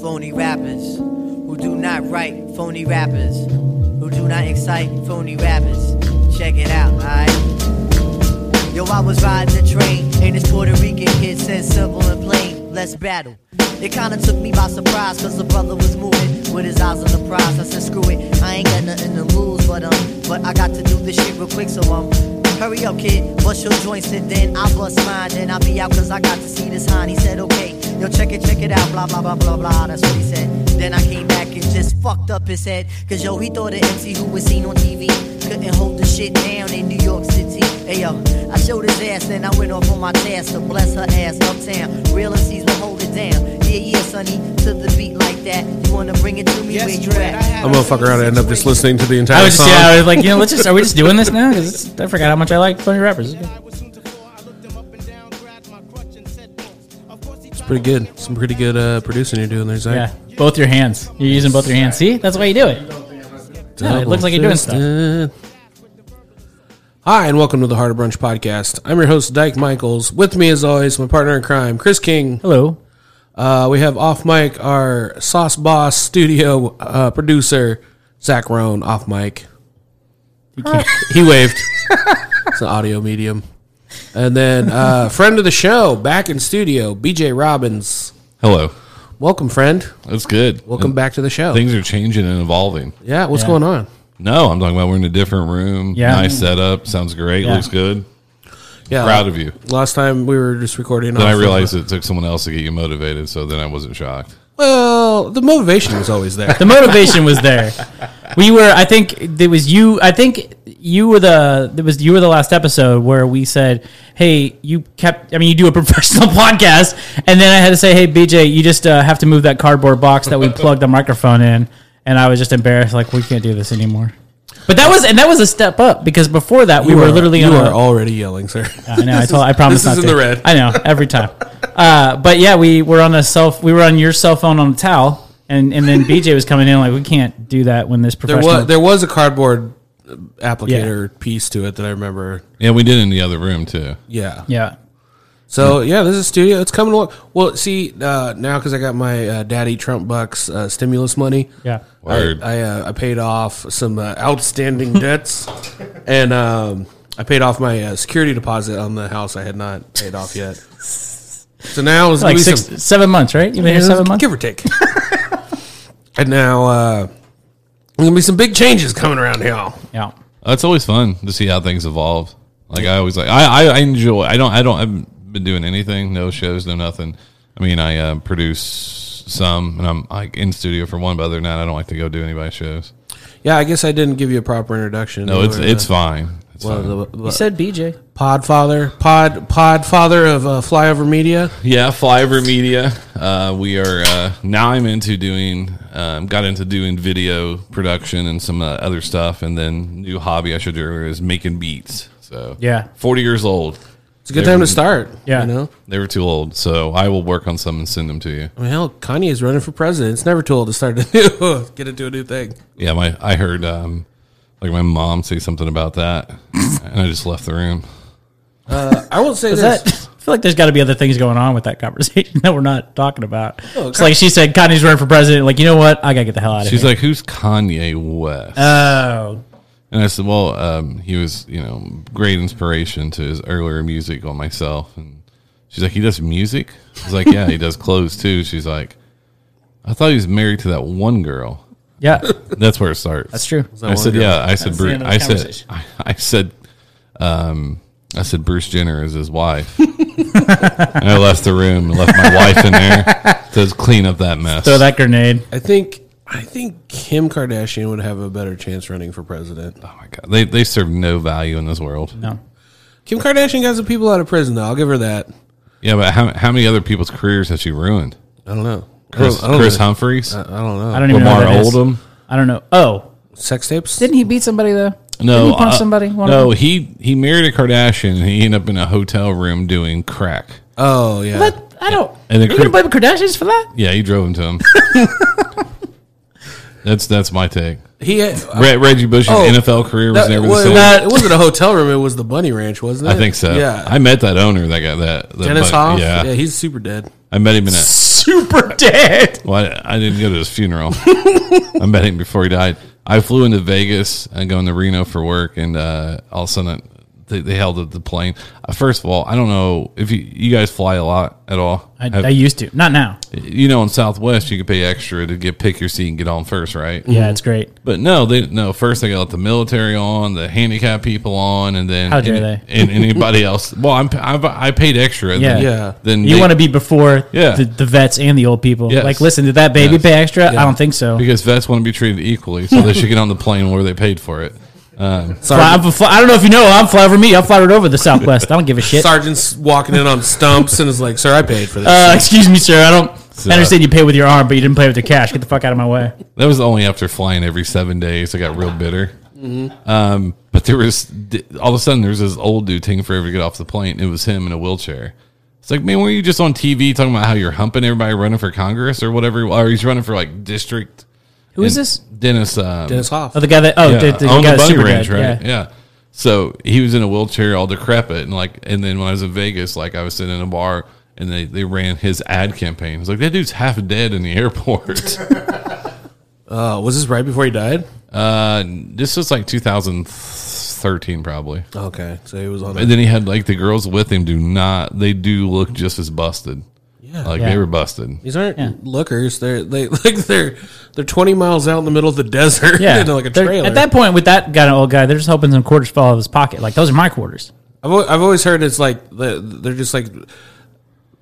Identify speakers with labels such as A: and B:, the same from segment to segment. A: phony rappers who do not write phony rappers who do not excite phony rappers. Check it out, alright? Yo, I was riding the train, and this Puerto Rican kid said simple and plain, let's battle. It kinda took me by surprise, cause the brother was moving with his eyes on the prize. I said, screw it, I ain't got nothing to lose, but um, but I got to do this shit real quick, so um, hurry up, kid, bust your joints, and then I bust mine, then I'll be out, cause I got to see this hon. He said, okay, yo, check it, check it out, blah, blah, blah, blah, blah, that's what he said. Then I came back and just fucked up his head, cause yo, he thought an MC who was seen on TV couldn't hold the shit down in New York City. Hey yo, I showed his ass, then I went off on my task to bless her ass uptown. Real MCs will hold it down. Yeah, yeah, sonny, to the beat like that. You wanna bring it to me where you at?
B: I'm gonna fuck around and end up just listening to the
C: I
B: entire
C: was just
B: song.
C: yeah, I was like, you know, let's just are we just doing this now? 'Cause it's- I forgot how much I like funny rappers.
B: pretty good. Some pretty good uh, producing you're doing there, Zach.
C: Yeah, both your hands. You're using both your hands. See, that's why you do it. No, it looks like you're doing stuff.
B: Double-fisted. Hi, and welcome to the Heart of Brunch podcast. I'm your host, Dyke Michaels. With me, as always, my partner in crime, Chris King.
C: Hello.
B: Uh, we have off mic our Sauce Boss studio uh, producer, Zach Roan, off mic.
C: You can't.
B: He waved. it's an audio medium. And then uh, friend of the show, back in studio, BJ Robbins.
D: Hello.
B: Welcome, friend.
D: That's good.
B: Welcome back to the show.
D: Things are changing and evolving.
B: yeah, what's
C: Yeah.
B: going on?
D: No, I'm talking about we're in a different room.
C: Yeah.
D: Nice setup. Sounds great.
C: Yeah.
D: Looks good.
B: Yeah,
D: Proud of you.
B: Last time we were just recording.
D: Then I
B: off-
D: realized it took someone else to get you motivated, so then I wasn't shocked.
B: Well, the motivation was always there.
C: The motivation was there. We were. I think it was you. I think you were the. It was you were the last episode where we said, "Hey, you kept. I mean, you do a professional podcast." And then I had to say, "Hey, BJ, you just uh, have to move that cardboard box that we plugged the microphone in." And I was just embarrassed, like we can't do this anymore. But that was and that was a step up because before that we
B: You
C: were
B: are-
C: literally
B: you
C: on
B: are
C: a-
B: already yelling, sir.
C: I know. I told. I promised
B: this
C: not
B: is
C: to.
B: in the red.
C: I know every time. Uh, but yeah, we were on a self. We were on your cell phone on a towel, and and then BJ was coming in like we can't do that when this
B: There
C: professional.
B: was there was a cardboard applicator piece to it that I remember.
D: Yeah, we did in the other room too.
B: Yeah.
C: yeah.
B: So yeah, this is studio. It's coming. along. Well, see uh, now because I got my uh, daddy Trump bucks uh, stimulus money.
C: Yeah.
D: Word.
B: I I, uh, I paid off some uh, outstanding debts, and um, I paid off my uh, security deposit on the house I had not paid off yet. So now it's
C: Like
B: gonna be
C: six,
B: some-
C: seven months, right? You've been here seven months.
B: give or take. and now uh, there's gonna be some big changes coming around here.
C: Yeah.
D: It's always fun to see how things evolve. Like I always like I, I, I enjoy I don't I don't I've been doing anything, no shows, no nothing. I mean I uh, produce some and I'm like in studio for one, but other than that I don't like to go do anybody's shows.
B: Yeah, I guess I didn't give you a proper introduction.
D: No, it's
B: Or, uh,
D: it's fine. It's
B: uh,
D: fine.
B: the- the-
C: said BJ.
B: Podfather, pod Podfather of uh, Flyover Media.
D: Yeah, Flyover Media. Uh, we are uh, now. I'm into doing. Um, got into doing video production and some uh, other stuff, and then new hobby I should do is making beats. So
C: Yeah.
D: forty years old.
B: It's a good time to start.
C: Yeah.
B: you know.
D: They were too old, so I will work on some and send them to you.
B: I mean, hell, Kanye is running for president. It's never too old to start a new, get into a new thing.
D: Yeah, my I heard um, like my mom say something about that, and I just left the room.
B: I won't say
C: Is
B: this.
C: that? I feel like there's got to be other things going on with that conversation that we're not talking about.
B: Oh,
C: it's like she said, Connie's running for president. Like you know what? I gotta get the hell out of
D: She's
C: here.
D: like, "Who's Kanye West?"
C: oh.
D: And I said, "Well, um, he was, you know, great inspiration to his earlier music on myself." And she's like, "He does music?" I was like, "Yeah, he does clothes too." She's like, "I thought he was married to that one girl."
C: Yeah.
D: That's where it starts.
C: That's true.
D: I said, "Yeah." I said,
C: That's the
D: Bruce,
C: end of the
D: "I said,
C: conversation.
D: I, I said, um, I said Bruce Jenner is his wife." and I left the room and left my wife in there to clean up that mess.
C: Throw that grenade.
B: I think I think Kim Kardashian would have a better chance running for president.
D: oh my god, they they serve no value in this world.
C: No.
B: Kim Kardashian got some people out of prison though. I'll give her that.
D: Yeah, but how how many other people's careers has she ruined?
B: I don't know.
D: Chris,
B: I don't, I don't
D: Chris
B: know.
D: Humphreys.
B: I don't know.
C: I don't even know.
D: Lamar
C: who that is.
D: Oldham.
C: I don't know. Oh,
B: Sex tapes.
C: Didn't he beat somebody though? Didn't
D: No,
C: he punch
D: uh,
C: somebody? One
D: no,
C: of them?
D: he he married a Kardashian. and He ended up in a hotel room doing crack.
B: Oh yeah.
C: What? I don't.
D: And the
C: are you gonna
D: cri-
C: blame the Kardashians for that?
D: Yeah, he drove him to him. that's that's my take.
B: He had,
D: Re- Reggie Bush's
B: Oh,
D: NFL career was
B: that-
D: never the
B: well,
D: same.
B: that- it wasn't a hotel room. It was the Bunny Ranch, wasn't it?
D: I think so.
B: Yeah.
D: I met that owner that got that. that
B: Dennis
D: bug-
B: Hoff.
D: Yeah.
B: Yeah. He's super dead.
D: I met him in a
C: super dead.
D: Well, I, I didn't go to his funeral. I met him before he died. I flew into Vegas and going to Reno for work, and uh, all of a sudden they, they held up the plane. Uh, first of all, I don't know if you, you guys fly a lot at all.
C: I,
D: Have-
C: I used to, not now.
D: you know, in Southwest, you could pay extra to get pick your seat and get on first, right?
C: Yeah, it's great.
D: But no, they no. First, they got the military on, the handicapped people on, and then
C: How dare
D: and,
C: they.
D: and anybody else. Well, I'm I've, I paid extra.
C: Yeah.
D: Then,
B: Yeah.
D: Then
C: You want to be before
D: Yeah.
C: the, the vets and the old people.
D: Yes.
C: Like, listen, did that baby
D: Yes.
C: pay extra? I don't think so.
D: because vets want to be treated equally, so they should get on the plane where they paid for it. Um,
C: Fly, I'm a fly, I don't know if you know, I'm fly over me. I'm fly right over the Southwest. I don't give a shit.
B: Sergeant's walking in on stumps and is like, "Sir, I paid for this."
C: Uh, excuse me, sir. I don't.
D: So-
C: I understand you pay with your arm, but you didn't pay with your cash. Get the fuck out of my way.
D: that was only after flying every seven days. I got real bitter. Um, but there was d- all of a sudden there was this old dude taking forever to get off the plane. It was him in a wheelchair. It's like, man, were you just on TV talking about how you're humping everybody running for Congress or whatever? Or he's running for like district.
C: Who is
D: And
C: this?
D: Dennis. Um,
B: Dennis Hoff.
C: Oh, the guy that. Oh,
D: yeah,
C: the, the
D: on
C: guy
D: the
C: that's
D: bunny
C: super
D: ranch,
C: dead.
D: right?
C: Yeah.
D: Yeah. So he was in a wheelchair, all decrepit, and like, and then when I was in Vegas, like I was sitting in a bar, and they they ran his ad campaign. It was like that dude's half dead in the airport.
B: Uh, was this right before he died?
D: uh, this was like 2013, probably.
B: Okay, so he was on.
D: And
B: A,
D: then he had like the girls with him. Do not they do look just as busted?
B: yeah,
D: Like
C: Yeah.
D: they were busted.
B: these aren't lookers. They're they like they're they're twenty miles out in the middle of the desert.
C: Yeah.
B: in, like a
C: They're-
B: trailer.
C: At that point, with that guy, old guy, they're just hoping some quarters fall out of his pocket. Like those are my quarters.
B: I've al- I've always heard it's like the- they're just like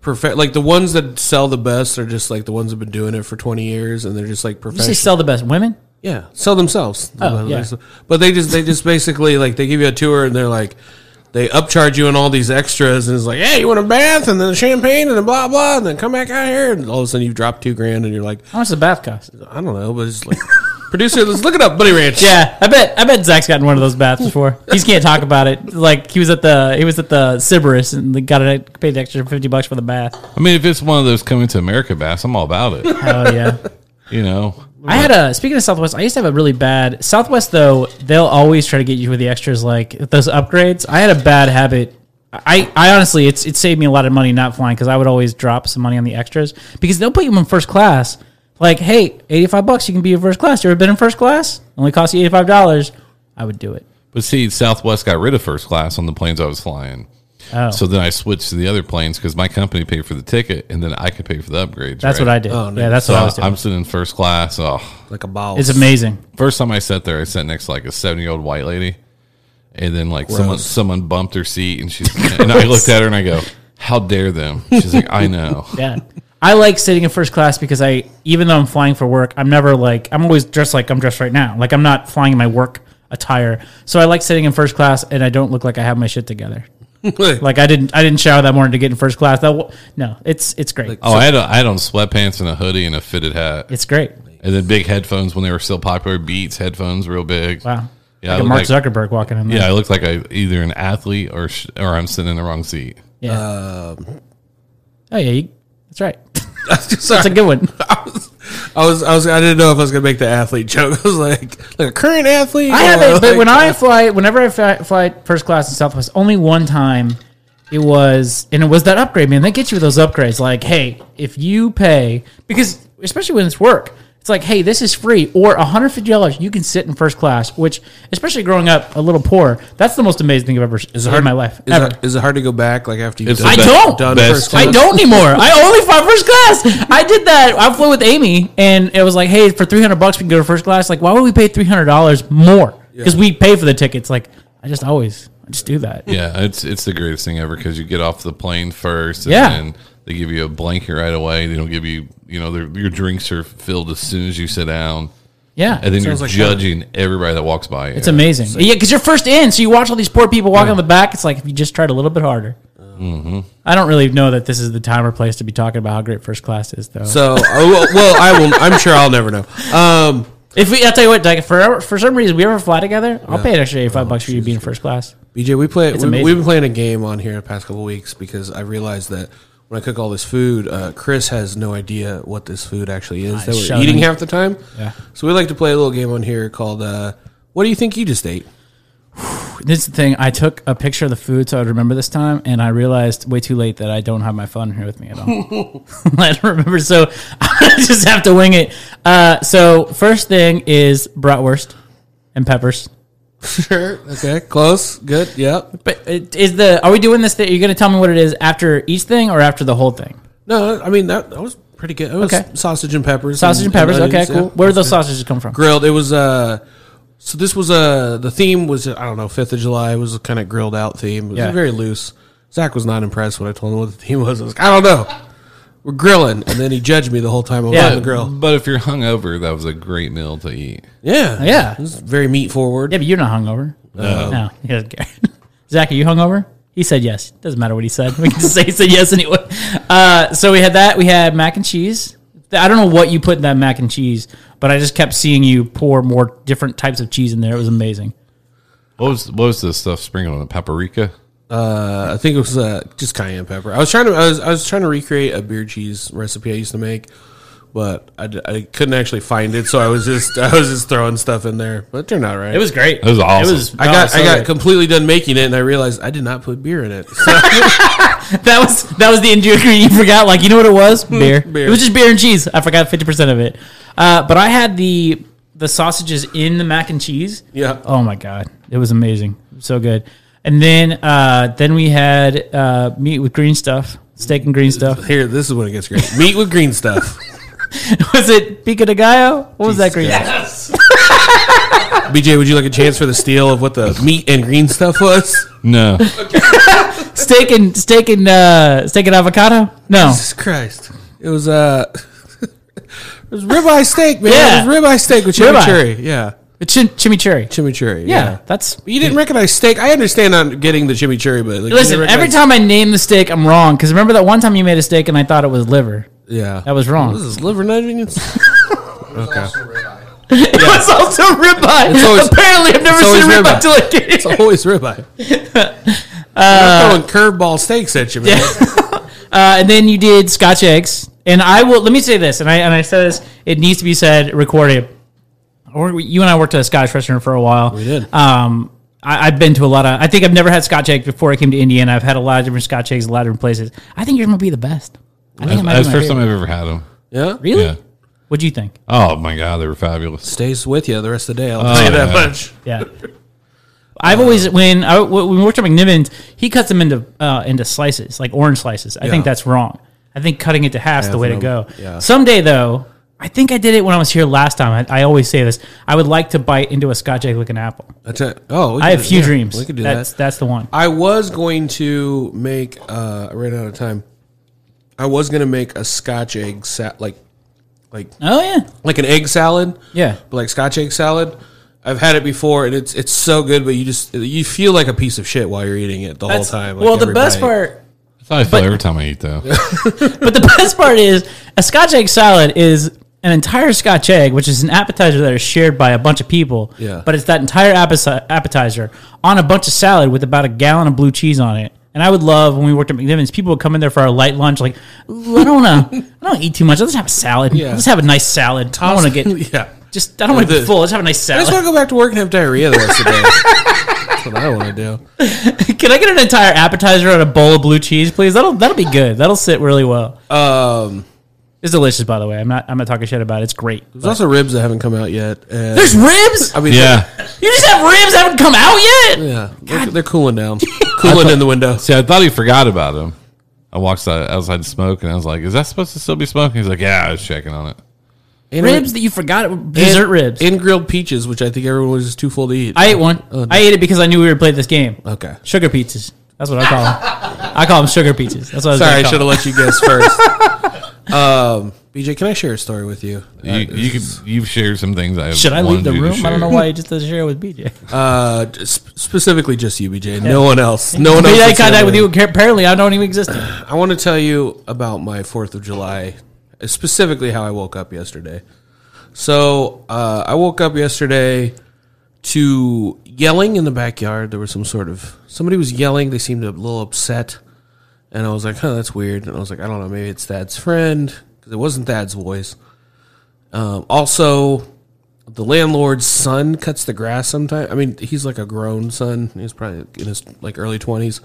B: perfect. Like the ones that sell the best are just like the ones that've been doing it for twenty years, and they're just like
C: You say
B: professional.
C: sell the best women.
B: Yeah, sell themselves.
C: Oh, yeah.
B: But they just they just basically like they give you a tour and they're like they upcharge you and all these extras and it's like, hey, you want a bath and then champagne and then blah blah and then come back out here and all of a sudden you drop two grand and you're like,
C: How much does the bath cost?
B: I don't know, but it's like producer, let's look it up, Buddy Ranch.
C: Yeah, I bet I bet Zach's gotten one of those baths before. he just can't talk about it. Like he was at the he was at the Sybaris and they got it paid extra fifty bucks for the bath.
D: I mean, if it's one of those coming to America bass, I'm all about it.
C: Oh yeah.
D: you know,
C: I had a speaking of Southwest, I used to have a really bad Southwest though, they'll always try to get you with the extras like those upgrades. I had a bad habit. I, I honestly it's it saved me a lot of money not flying because I would always drop some money on the extras because they'll put you in first class. Like, hey, eighty five bucks you can be in first class. You ever been in first class? Only costs you eighty five dollars. I would do it.
D: but see, Southwest got rid of first class on the planes I was flying.
C: Oh.
D: So then I switched to the other planes because my company paid for the ticket, and then I could pay for the upgrades.
C: That's what I did.
B: Oh,
C: Yeah,
B: nice.
C: that's
D: So
C: what I was doing.
D: I'm sitting in first class. Oh,
B: Like a ball.
C: it's amazing.
D: first time I sat there, I sat next to like a seven year old white lady, and then like someone someone bumped her seat, and she's and I looked at her and I go, "How dare them?" She's like, "I know."
C: Yeah. I like sitting in first class because I, even though I'm flying for work, I'm never like, I'm always dressed like I'm dressed right now. Like I'm not flying in my work attire. So I like sitting in first class and I don't look like I have my shit together. Like I didn't, I didn't shower that morning to get in first class. That w- no, it's, it's great.
D: Oh, I had a, I had on sweatpants and a hoodie and a fitted hat,
C: it's great.
D: and then big headphones when they were still popular. Beats headphones, real big.
C: Wow.
D: Yeah, I
C: like a Mark
D: looked like-
C: Zuckerberg walking in there.
D: Yeah, I looked like I either an athlete or sh- or I'm sitting in the wrong seat.
C: Yeah.
B: Um,
C: oh yeah. You, that's right.
B: Sorry.
C: That's a good one.
B: I was I was I didn't know if I was gonna make the athlete joke. I was like like a current athlete.
C: I have
B: or
C: it, but
B: like-
C: when I fly, whenever I fly, fly first class in Southwest, only one time it was, and it was that upgrade, man. They get you those upgrades. Like, hey, if you pay, because especially when it's work, it's like, hey, this is free, or $150, you can sit in first class, which, especially growing up a little poor, that's the most amazing thing I've ever seen in my life.
B: is,
C: ever.
B: it, is it hard to go back like after you
D: It's
B: done-
D: the
C: I don't.
B: done
D: Best
B: first
C: I
B: class?
C: don't anymore. I only fly first class. I did that. I flew with Amy, and it was like, hey, for three hundred bucks, we can go to first class. Like, why would we pay three hundred dollars more? Because we pay for the tickets. Like, I just always, I just do that.
D: Yeah, it's it's the greatest thing ever because you get off the plane first. And
C: Yeah.
D: Then they give you a blanket right away. They don't give you, you know, their, your drinks are filled as soon as you sit down,
C: Yeah,
D: and then you're
B: Sounds like
D: judging everybody that walks by.
C: it's amazing. yeah, because you're first in, so you watch all these poor people walking on the back. It's like if you just tried a little bit harder.
D: Mm-hmm.
C: I don't really know that this is the time or place to be talking about how great first class is, though.
B: So oh, well, well, I will. I'm sure I'll never know. Um,
C: if we, I'll tell you what, like, for for some reason, we ever fly together, I'll pay an extra eighty
D: Oh,
C: five bucks for you to be in first class.
B: BJ, we play. We,
C: amazing.
B: we've been playing a game on here the past couple weeks because I realized that when I cook all this food, uh, Chris has no idea what this food actually is that
C: shut
B: we're eating
C: him.
B: half the time.
C: Yeah.
B: So we like to play a little game on here called uh, "What do you think you just ate?"
C: this is the thing. I took a picture of the food so I'd remember this time, and I realized way too late that I don't have my phone here with me at all. I don't remember, so I just have to wing it. Uh, so first thing is bratwurst and peppers.
B: Sure. Okay. Close. Good. Yep.
C: But it- is the are we doing this? Thing, you're going to tell me what it is after each thing or after the whole thing?
B: No, I mean that, that was pretty good. It was
C: Okay.
B: sausage and peppers.
C: Sausage and peppers.
B: onions,
C: Okay,
B: yeah.
C: cool. Where do those sausages come from?
B: grilled. It was uh so this was uh the theme was I don't know, Fifth of July It was a kind of grilled out theme. It was
C: Yeah.
B: very loose. Zach was not impressed when I told him what the theme was. I was like, I don't know. We're grilling, and then he judged me the whole time I was
C: Yeah.
B: on the grill.
D: But if you're hungover, that was a great meal to eat.
B: Yeah,
C: Yeah.
B: It was very meat forward.
C: Yeah, but you're not hungover. No, he doesn't care. Zach, are you hungover? He said yes. Doesn't matter what he said. We can just say he said yes anyway. Uh, so we had that. We had mac and cheese. I don't know what you put in that mac and cheese, but I just kept seeing you pour more different types of cheese in there. It was amazing.
D: What was what was the stuff sprinkled on it? Paprika.
B: Uh, I think it was uh, just cayenne pepper. I was trying to I was, I was trying to recreate a beer cheese recipe I used to make, but I, d- I couldn't actually find it, so I was just I was just throwing stuff in there. But it turned out right.
C: It was great.
D: It was awesome.
B: I got I got completely done making it, and I realized I did not put beer in it. So-
C: that was that was the ingredient you forgot. Like you know what it was? Beer.
B: Hmm, Beer.
C: It was just beer and cheese. I forgot fifty percent of it. Uh, but I had the the sausages in the mac and cheese.
B: Yeah.
C: Oh my god, it was amazing. So good. And then uh, then we had uh, meat with green stuff, steak and green stuff.
B: uh, Here, this is when it gets great. Meat with green stuff.
C: was it pico de gallo? What was that green?
B: BJ, would you like a chance for the steal of what the meat and green stuff was?
D: No,
C: Steak and steak and uh, steak and avocado? No.
B: Jesus Christ. It was uh it was ribeye steak, man.
C: Yeah.
B: It was ribeye steak with
C: Ribeye.
B: chimichurri. Yeah.
C: It's chim- chimichurri.
B: Chimichurri.
C: yeah,
B: Yeah.
C: that's
B: But you didn't recognize steak. I understand on getting the chimichurri, but like, you
C: Listen,
B: didn't
C: every
B: recognize-
C: time I name the steak, I'm wrong. Because remember that one time you made a steak and I thought it was liver.
B: Yeah.
C: That was wrong.
B: This is liver and onions. okay.
C: It was also ribeye.
B: It's always-
C: Apparently, I've never
B: it's always
C: seen ribeye
B: ribeye.
C: till I get
B: It's always ribeye. I'm not throwing curveball steaks at you, man.
C: Uh, and then you did Scotch eggs, and I will let me say this, and I and I said this. It needs to be said, recorded. Or you and I worked at a Scotch restaurant for a while. We
B: did.
C: Um, I, I've been to a lot of. I think I've never had Scotch eggs before I came to Indiana. I've had a lot of different Scotch eggs, a lot of different places. I think you're gonna be the best. I think it might
D: that's
C: be
D: the
C: my
D: first time
C: favorite.
D: I've ever had them.
B: Yeah.
C: Really?
D: Yeah.
C: What do you think?
D: Oh my god, they were fabulous.
B: Stays with you the rest of the day. I'll
C: Uh,
B: tell you that
D: yeah.
B: much.
C: Yeah. I've always when I when we worked at McNiven's, he cuts them into uh, into slices, like orange slices. I think
B: Yeah.
C: that's wrong. I think cutting it to half's the way to
B: no-
C: go.
B: yeah.
C: Someday though, I think I did it when I was here last time. I, I always say this. I would like to bite into a Scotch egg like an apple.
B: That's it. Oh, we
C: I
B: could-
C: have few
B: yeah,
C: dreams.
B: We could do
C: that's,
B: that.
C: That's the one.
B: I was going to make. Uh, I ran out of time. I was going to make a Scotch egg salad, like like
C: Oh yeah,
B: like an egg salad.
C: yeah.
B: but like Scotch egg salad. I've had it before, and it's it's so good, but you just you feel like a piece of shit while you're eating it the
C: That's-
B: whole time. like,
C: well, the
B: every
C: best
B: bite.
C: part
D: That's how I feel every time I eat though.
C: But the best part is a Scotch egg salad is an entire Scotch egg, which is an appetizer that is shared by a bunch of people.
B: Yeah.
C: But it's that entire appeti- appetizer on a bunch of salad with about a gallon of blue cheese on it. And I would love when we worked at McNiven's, people would come in there for our light lunch, like, Ooh, I don't want to, I don't eat too much. Let's have a salad.
B: Yeah.
C: Let's have a nice salad. I want to get
B: yeah.
C: just, I don't want to be
B: The-
C: full. Let's have a nice
B: I just
C: salad.
B: want to go back to work and have diarrhea the rest of the day. That's what I want to do.
C: Can I get an entire appetizer on a bowl of blue cheese, please? That'll that'll be good. That'll sit really well.
B: Um,
C: It's delicious, by the way. I'm not I'm not talking shit about it. It's great.
B: there's also ribs that haven't come out yet. And,
C: There's ribs.
B: I mean,
D: yeah.
C: You just have ribs that haven't come out yet.
B: yeah, they're, they're cooling down, cooling in the window.
D: See, I thought he forgot about them. I walked out- outside to smoke, and I was like, "Is that supposed to still be smoking?" He's like, "Yeah, I was checking on it."
B: And-
C: Ribs that you forgot. Dessert
B: and,
C: ribs.
B: and grilled peaches, which I think everyone was just too full to eat.
C: I ate one. I ate it because I knew we were playing this game.
B: okay,
C: Sugar pizzas. That's what I call them. I call them sugar pizzas. That's what I was
B: sorry, I
C: gonna call
B: should have let you guess first. um, BJ, can I share a story with you?
D: You, you could, you've shared some things I
C: them. Should I leave
D: wanted
C: the
D: you to
C: room? I don't know
D: share.
C: why you just doesn't share it with BJ.
B: Uh, just- specifically, just you, BJ. No one else. No one else.
C: Maybe I
B: that's
C: contact
B: in
C: with
B: the
C: you.
B: room.
C: Apparently, I don't even exist. anymore.
B: I want to tell you about my Fourth of July, specifically how I woke up yesterday. So uh, I woke up yesterday to yelling in the backyard. There was some sort of somebody was yelling. They seemed a little upset, and I was like, "Huh, that's weird." And I was like, "I don't know. Maybe it's Thad's friend because it wasn't Thad's voice." Um, also, the landlord's son cuts the grass sometimes. I mean, he's like a grown son. He's probably in his like early twenties.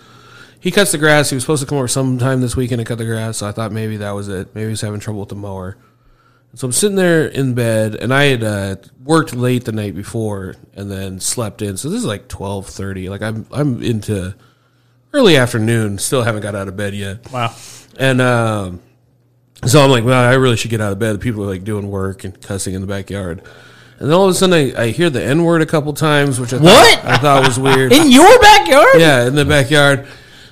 B: He cuts the grass. He was supposed to come over sometime this weekend to cut the grass. So I thought maybe that was it. Maybe he's having trouble with the mower. So I'm sitting there in bed, and I had uh, worked late the night before, and then slept in. So this is like twelve thirty. Like I'm I'm into early afternoon. Still haven't got out of bed yet.
C: Wow.
B: And um, so I'm like, well, I really should get out of bed. People are like doing work and cussing in the backyard. And then all of a sudden, I, I hear the N word a couple times, which I
C: What?
B: thought, I thought was weird.
C: In your backyard?
B: yeah, in the backyard.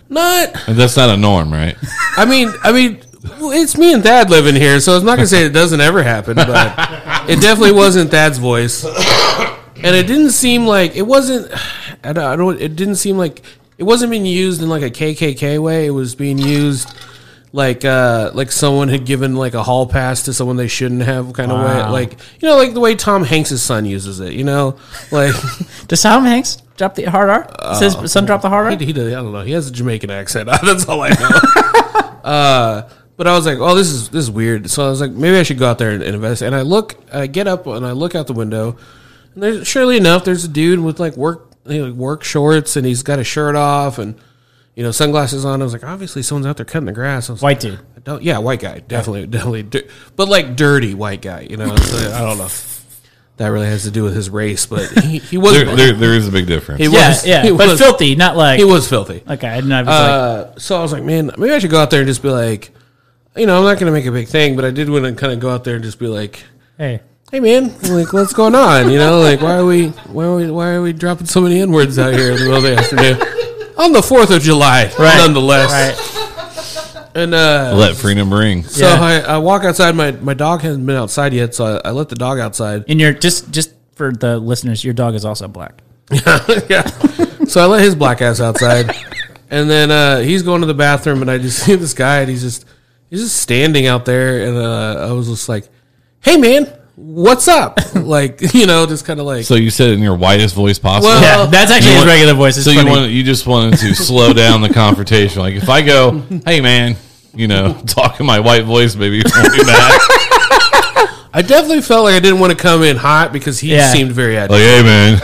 B: Not,
D: And that's not a norm, right?
B: I mean, I mean, well, it's me and Thad living here, so I'm not gonna say it doesn't ever happen, but it definitely wasn't Thad's voice, and it didn't seem like it wasn't. I don't. I don't it didn't seem like it wasn't being used in like a KKK way. It was being used like uh like someone had given like a hall pass to someone they shouldn't have kind of way
C: Wow.
B: like you know like the way tom hanks's son uses it you know like
C: Does Tom Hanks drop the hard R? Says son drop the hard R?
B: He, he does, I don't know. He has a Jamaican accent. That's all I know. uh, but I was like, oh, this is this is weird. So I was like, maybe I should go out there and, and invest. And I look, I get up and I look out the window, and there's surely enough, there's a dude with like work you know, work shorts, and he's got a shirt off and you know sunglasses on. I was like, obviously someone's out there cutting the grass. I was like,
C: White dude.
B: I don't, yeah, white guy, definitely, definitely, di- but like dirty white guy. You know, so I don't know. That really has to do with his race, but he, he was
D: There, there, there is a big difference.
B: He
C: Yeah,
B: was-
C: yeah.
B: he
C: But
B: was-
C: filthy, not like.
B: he was filthy.
C: okay, I didn't know. I was
B: Uh, so I was like, man, maybe I should go out there and just be like, you know, I'm not going to make a big thing, but I did want to kind of go out there and just be like,
C: like, hey.
B: hey, man, like, what's going on? You know, like, why are we, why are we, why are we dropping so many n words out here in the middle of the afternoon on the Fourth of July, nonetheless?
C: Right.
B: And uh,
D: Let freedom ring.
B: so
C: Yeah.
B: I, I walk outside. My my dog hasn't been outside yet, so I, I let the dog outside.
C: And you're just, just for the listeners, your dog is also black.
B: yeah. So I let his black ass outside, and then uh, he's going to the bathroom, and I just see this guy, and he's just he's just standing out there, and uh, I was just like, "Hey, man, what's up?" like you know, just kind of like
D: So you said it in your whitest voice possible.
B: Well,
C: Yeah, that's actually
D: You
C: his
D: want-
C: regular voice. It's
D: so you
C: funny.
D: want you just wanted to slow down the confrontation. Like if I go, hey man, you know, talk in my white voice, maybe you won't be mad.
B: I definitely felt like I didn't want to come in hot because he
C: Yeah.
B: seemed very at
D: Like hey man,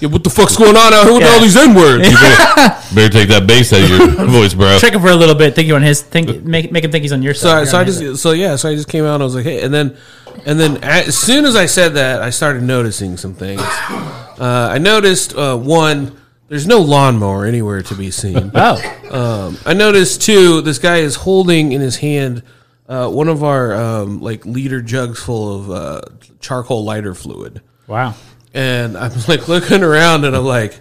B: yeah, what the fuck's going on out here with
C: Yeah.
B: all these n words?
D: you better, better take that bass out of your voice, bro.
C: trick him for a little bit. Think you're on his. Think make make him think he's on your
B: So, I,
C: side.
B: so
C: You're
B: I
C: on his
B: just so yeah, so I just came out and I was like, hey, and then and then as soon as I said that, I started noticing some things. Uh, I noticed uh, one, there's no lawnmower anywhere to be seen.
C: side. Oh,
B: Um, I noticed too, this guy is holding in his hand uh, one of our um, like liter jugs full of uh, charcoal lighter fluid
C: wow.
B: and I'm like looking around, and I'm like,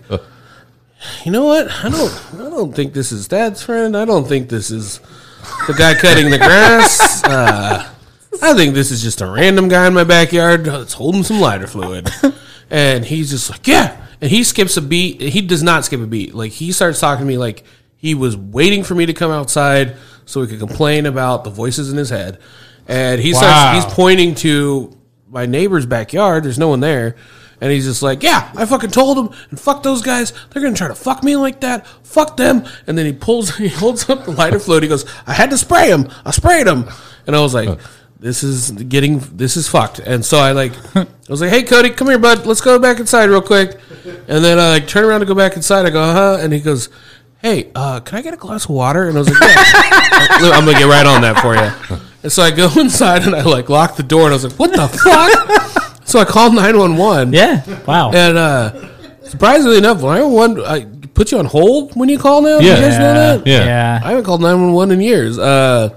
B: you know what? I don't, I don't think this is Dad's friend. I don't think this is the guy cutting the grass. Uh, I think this is just a random guy in my backyard that's holding some lighter fluid, and he's just like, yeah. And he skips a beat. He does not skip a beat. Like he starts talking to me like he was waiting for me to come outside so he could complain about the voices in his head. And he starts.
C: Wow.
B: He's pointing to my neighbor's backyard. There's no one there. And he's just like, yeah, I fucking told him, and fuck those guys. They're gonna try to fuck me like that. Fuck them. And then he pulls, he holds up the lighter fluid. He goes, I had to spray him. I sprayed him. And I was like, this is getting, this is fucked. And so I like, I was like, hey Cody, come here, bud. Let's go back inside real quick. And then I like turn around to go back inside. I go, huh? And he goes, hey, uh, can I get a glass of water? And I was like, yeah. I'm gonna get right on that for you. And so I go inside and I like lock the door. And I was like, what the fuck? so I called nine one one.
C: Yeah. Wow.
B: And uh, surprisingly enough, when I one I put you on hold when you call now. Yeah, you guys know that.
D: Yeah.
B: I haven't called nine one one in years. Uh,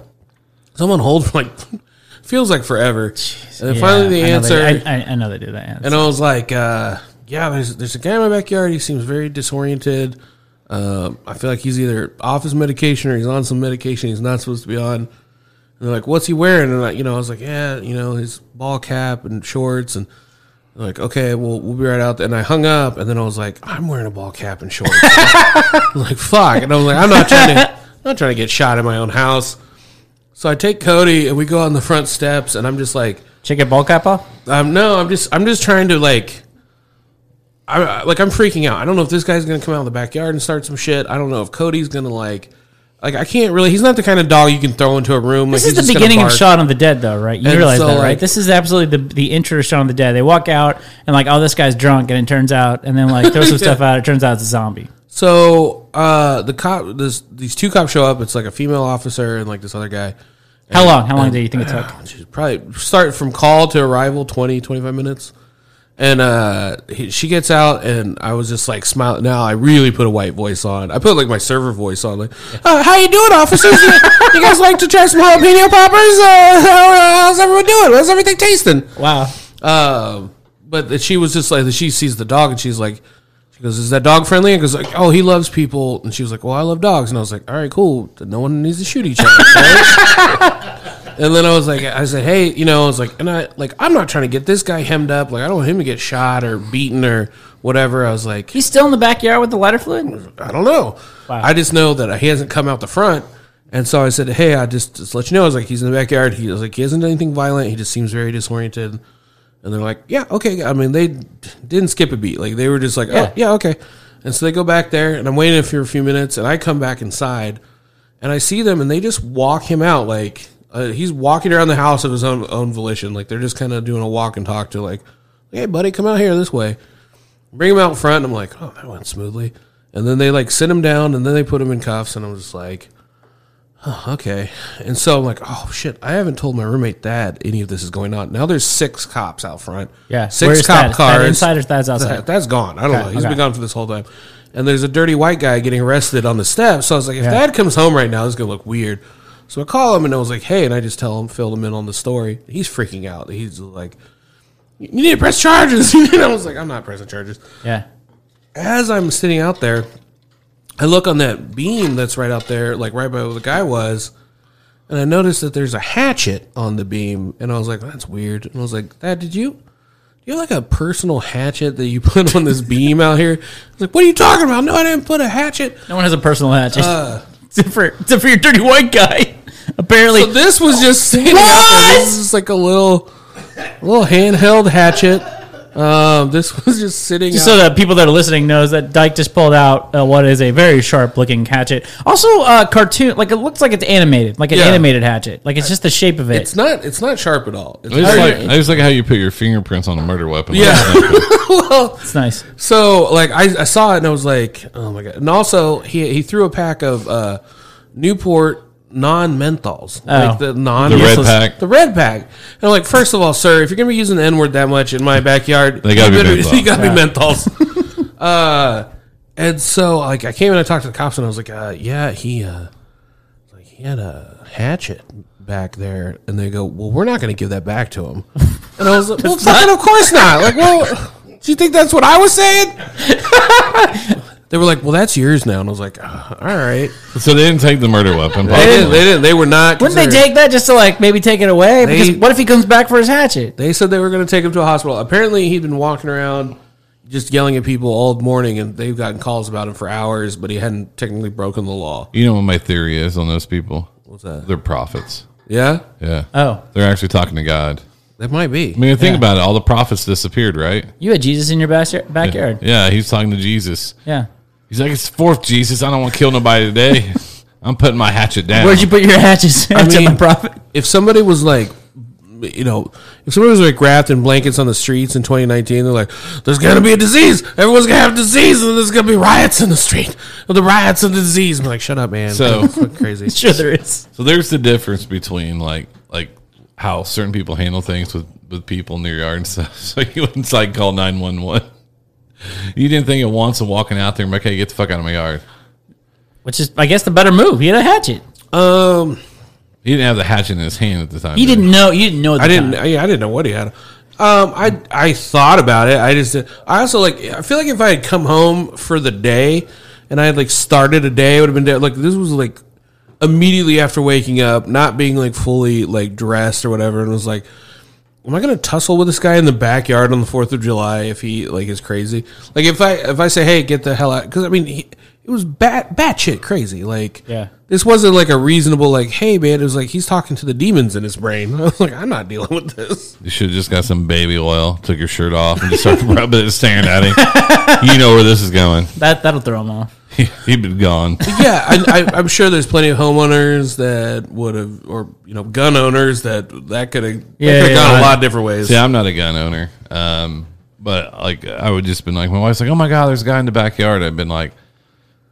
B: so I'm on hold for like feels like forever. and then
C: Yeah,
B: finally the
C: I know
B: answer,
C: they- I, I, I know they do that. Yeah.
B: and I was like, uh, "Yeah, there's there's a guy in my backyard. He seems very disoriented. Um, I feel like he's either off his medication or he's on some medication he's not supposed to be on." And they're like, "What's he wearing?" And I, you know, I was like, "Yeah, you know, his ball cap and shorts and." They're like, okay, well, we'll be right out. And I hung up, and then I was like, I'm wearing a ball cap and shorts. I was like, fuck. And I was like, I'm not trying to, I'm not trying to get shot in my own house. So I take Cody, and we go on the front steps, and I'm just like,
C: Check your ball cap off.
B: um, no, I'm just I'm just trying to like, I- I like I'm freaking out. I don't know if this guy's gonna come out in the backyard and start some shit. I don't know if Cody's gonna like Like I can't really. He's not the kind of dog you can throw into a room.
C: This
B: like, he's
C: is the
B: just gonna
C: beginning of
B: bark.
C: Shaun of the Dead, though, right? You
B: And
C: realize
B: so,
C: that, right?
B: like-
C: This is absolutely the the intro to Shaun of the Dead. They walk out and like, oh, this guy's drunk, and it turns out, and then like throw some stuff out. It turns out it's a zombie.
B: So uh, the cop, this, these two cops show up. It's like a female officer and like this other guy.
C: How long? How long do you think it took?
B: She's probably start from call to arrival 20, 25 minutes. And uh, he, she gets out, and I was just like smiling. Now I really put a white voice on. I put like my server voice on, like, uh, "How you doing, officers? you, you guys like to try some jalapeno poppers? Uh, how- how's everyone doing? How's everything tasting?"
C: Wow.
B: Um, but that she was just like she sees the dog and she's like, she goes, "Is that dog friendly?" And goes like, "Oh, he loves people." And she was like, "Well, I love dogs." And I was like, "All right, cool. Then No one needs to shoot each other." right? and then I was like, I said, "Hey, you know," I was like, and I like I'm not trying to get this guy hemmed up. Like I don't want him to get shot or beaten or whatever. I was like,
C: He's still in the backyard with the lighter fluid.
B: I don't know.
C: Wow.
B: I just know that he hasn't come out the front. And so I said, Hey, I just, just let you know. I was like, He's in the backyard. He was like, He isn't anything violent. He just seems very disoriented. And they're like, Yeah, okay. I mean, they didn't skip a beat. Like, they were just like,
C: Yeah.
B: Oh, yeah, okay. And so they go back there, and I'm waiting for a few minutes, and I come back inside, and I see them, and they just walk him out. Like, uh, he's walking around the house of his own, own volition. Like, they're just kind of doing a walk and talk to, like, Hey, buddy, come out here this way bring him out front. And I'm like, oh, that went smoothly. And then they like sit him down and then they put him in cuffs. And I'm just like, oh, okay. And so I'm like, oh shit, I haven't told my roommate that any of this is going on. Now there's six cops out front.
C: Yeah.
B: Six
C: Where's
B: cop
C: that? Is that
B: cars.
C: inside or is that outside?
B: That- that's gone. I don't
C: Okay,
B: know. He's
C: okay.
B: been gone for this whole time. And there's a dirty white guy getting arrested on the steps. So I was like, if
C: Yeah.
B: dad comes home right now, this is going to look weird. So I call him and I was like, hey, and I just tell him, fill him in on the story. He's freaking out. He's like, you need to press charges. and I was like, I'm not pressing charges
C: Yeah.
B: as I'm sitting out there, I look on that beam that's right out there, like right by where the guy was, and I noticed that there's a hatchet on the beam, and I was like, "That's weird." And I was like, "Dad, did you?" You have like a personal hatchet that you put on this beam out here. He's like, what are you talking about? No, I didn't put a hatchet.
C: No one has a personal hatchet.
B: Uh.
C: except for except for your dirty white guy. Apparently,
B: So this was just sitting out there. This is just like a little, little handheld hatchet. Um, this was just sitting.
C: Just
B: out
C: so that people that are listening knows that Dyke just pulled out uh, what is a very sharp looking hatchet. Also, uh, cartoon like it looks like it's animated, like an
B: Yeah.
C: animated hatchet. Like it's just the shape of it.
B: it's not. It's not sharp at all. It's
D: I just,
B: very-
D: like, I just like how you put your fingerprints on a murder weapon.
B: Yeah. well,
C: It's nice.
B: So like I, I saw it and I was like, oh my god! And also he he threw a pack of uh, Newport non menthols, like the non
D: Oh. The red pack.
B: the red pack. And I'm like, first of all, sir, if you're gonna be using the N word that much in my backyard,
D: They gotta
B: you better-
D: be menthols.
B: You gotta be menthols. uh, and so like I came and I talked to the cops and I was like, uh, yeah, he uh, like he had a hatchet back there, and they go, well, we're not gonna give that back to him. And I was like, well, fucking, of course not. Like, well. Do you think that's what I was saying? They were like, "Well, that's yours now," and I was like, "Ah, "All right."
D: So they didn't take the murder weapon.
B: They didn't. They
D: probably.
B: didn't. They were not.
C: Wouldn't they
B: considered-
C: take that just to like maybe take it away?
B: They-
C: because what if he comes back for his hatchet?
B: They said they were going to take him to a hospital. Apparently, he'd been walking around just yelling at people all morning, and they've gotten calls about him for hours, but he hadn't technically broken the law.
D: You know what my theory is on those people?
B: What's that?
D: They're prophets.
B: Yeah,
D: Yeah.
C: Oh,
D: They're actually talking to God.
B: that might be.
D: I mean, think about it. All the prophets disappeared, right?
C: you had Jesus in your backyard. backyard. Yeah.
D: Yeah, he's talking to Jesus. He's like, it's fourth Jesus. I don't want to kill nobody today. I'm putting my hatchet down.
C: Where'd you put your hatchets? I
B: mean-
C: the prophet.
B: If somebody was like, you know, if somebody was like wrapped in blankets on the streets in 2019, they're like, "There's going to be a disease. Everyone's going to have disease, and there's going to be riots in the street. The riots and the disease." I'm like, "Shut up, man."
D: So-
B: That's fucking crazy.
C: Sure, there is.
D: So there's the difference between like like how certain people handle things with with people in their yard and stuff. So you went inside, call nine one one. You didn't think it once of walking out there. and, Okay, get the fuck out of my yard.
C: Which is, I guess, the better move. He had a hatchet.
B: Um.
D: He didn't have the hatchet in his hand at the time.
C: You
D: did
C: didn't know. You didn't know. At the
B: I didn't.
C: Time.
B: Yeah, I didn't know what he had. Um, I I thought about it. I just. I also like. I feel like if I had come home for the day, and I had like started a day, it would have been dead. like this was like immediately after waking up, not being like fully like dressed or whatever, and was like, am I gonna tussle with this guy in the backyard on the Fourth of July if he like is crazy? Like if I if I say, hey, get the hell out, because I mean, he, it was bat batshit crazy. Like
C: Yeah.
B: This wasn't like a reasonable like, hey man. It was like he's talking to the demons in his brain. I was like, I'm not dealing with this.
D: You should have just got some baby oil, took your shirt off, and just started rubbing it, staring at him. you know where this is going.
C: That that'll throw him off.
D: He, he'd been gone.
B: yeah, I, I, I'm sure there's plenty of homeowners that would have, or you know, gun owners that that could have
C: Yeah,
B: yeah,
C: yeah,
B: gone a
C: yeah.
B: lot of different ways.
D: See, I'm not a gun owner, um, but like I would just been like, my wife's like, oh my god, there's a guy in the backyard. I've been like,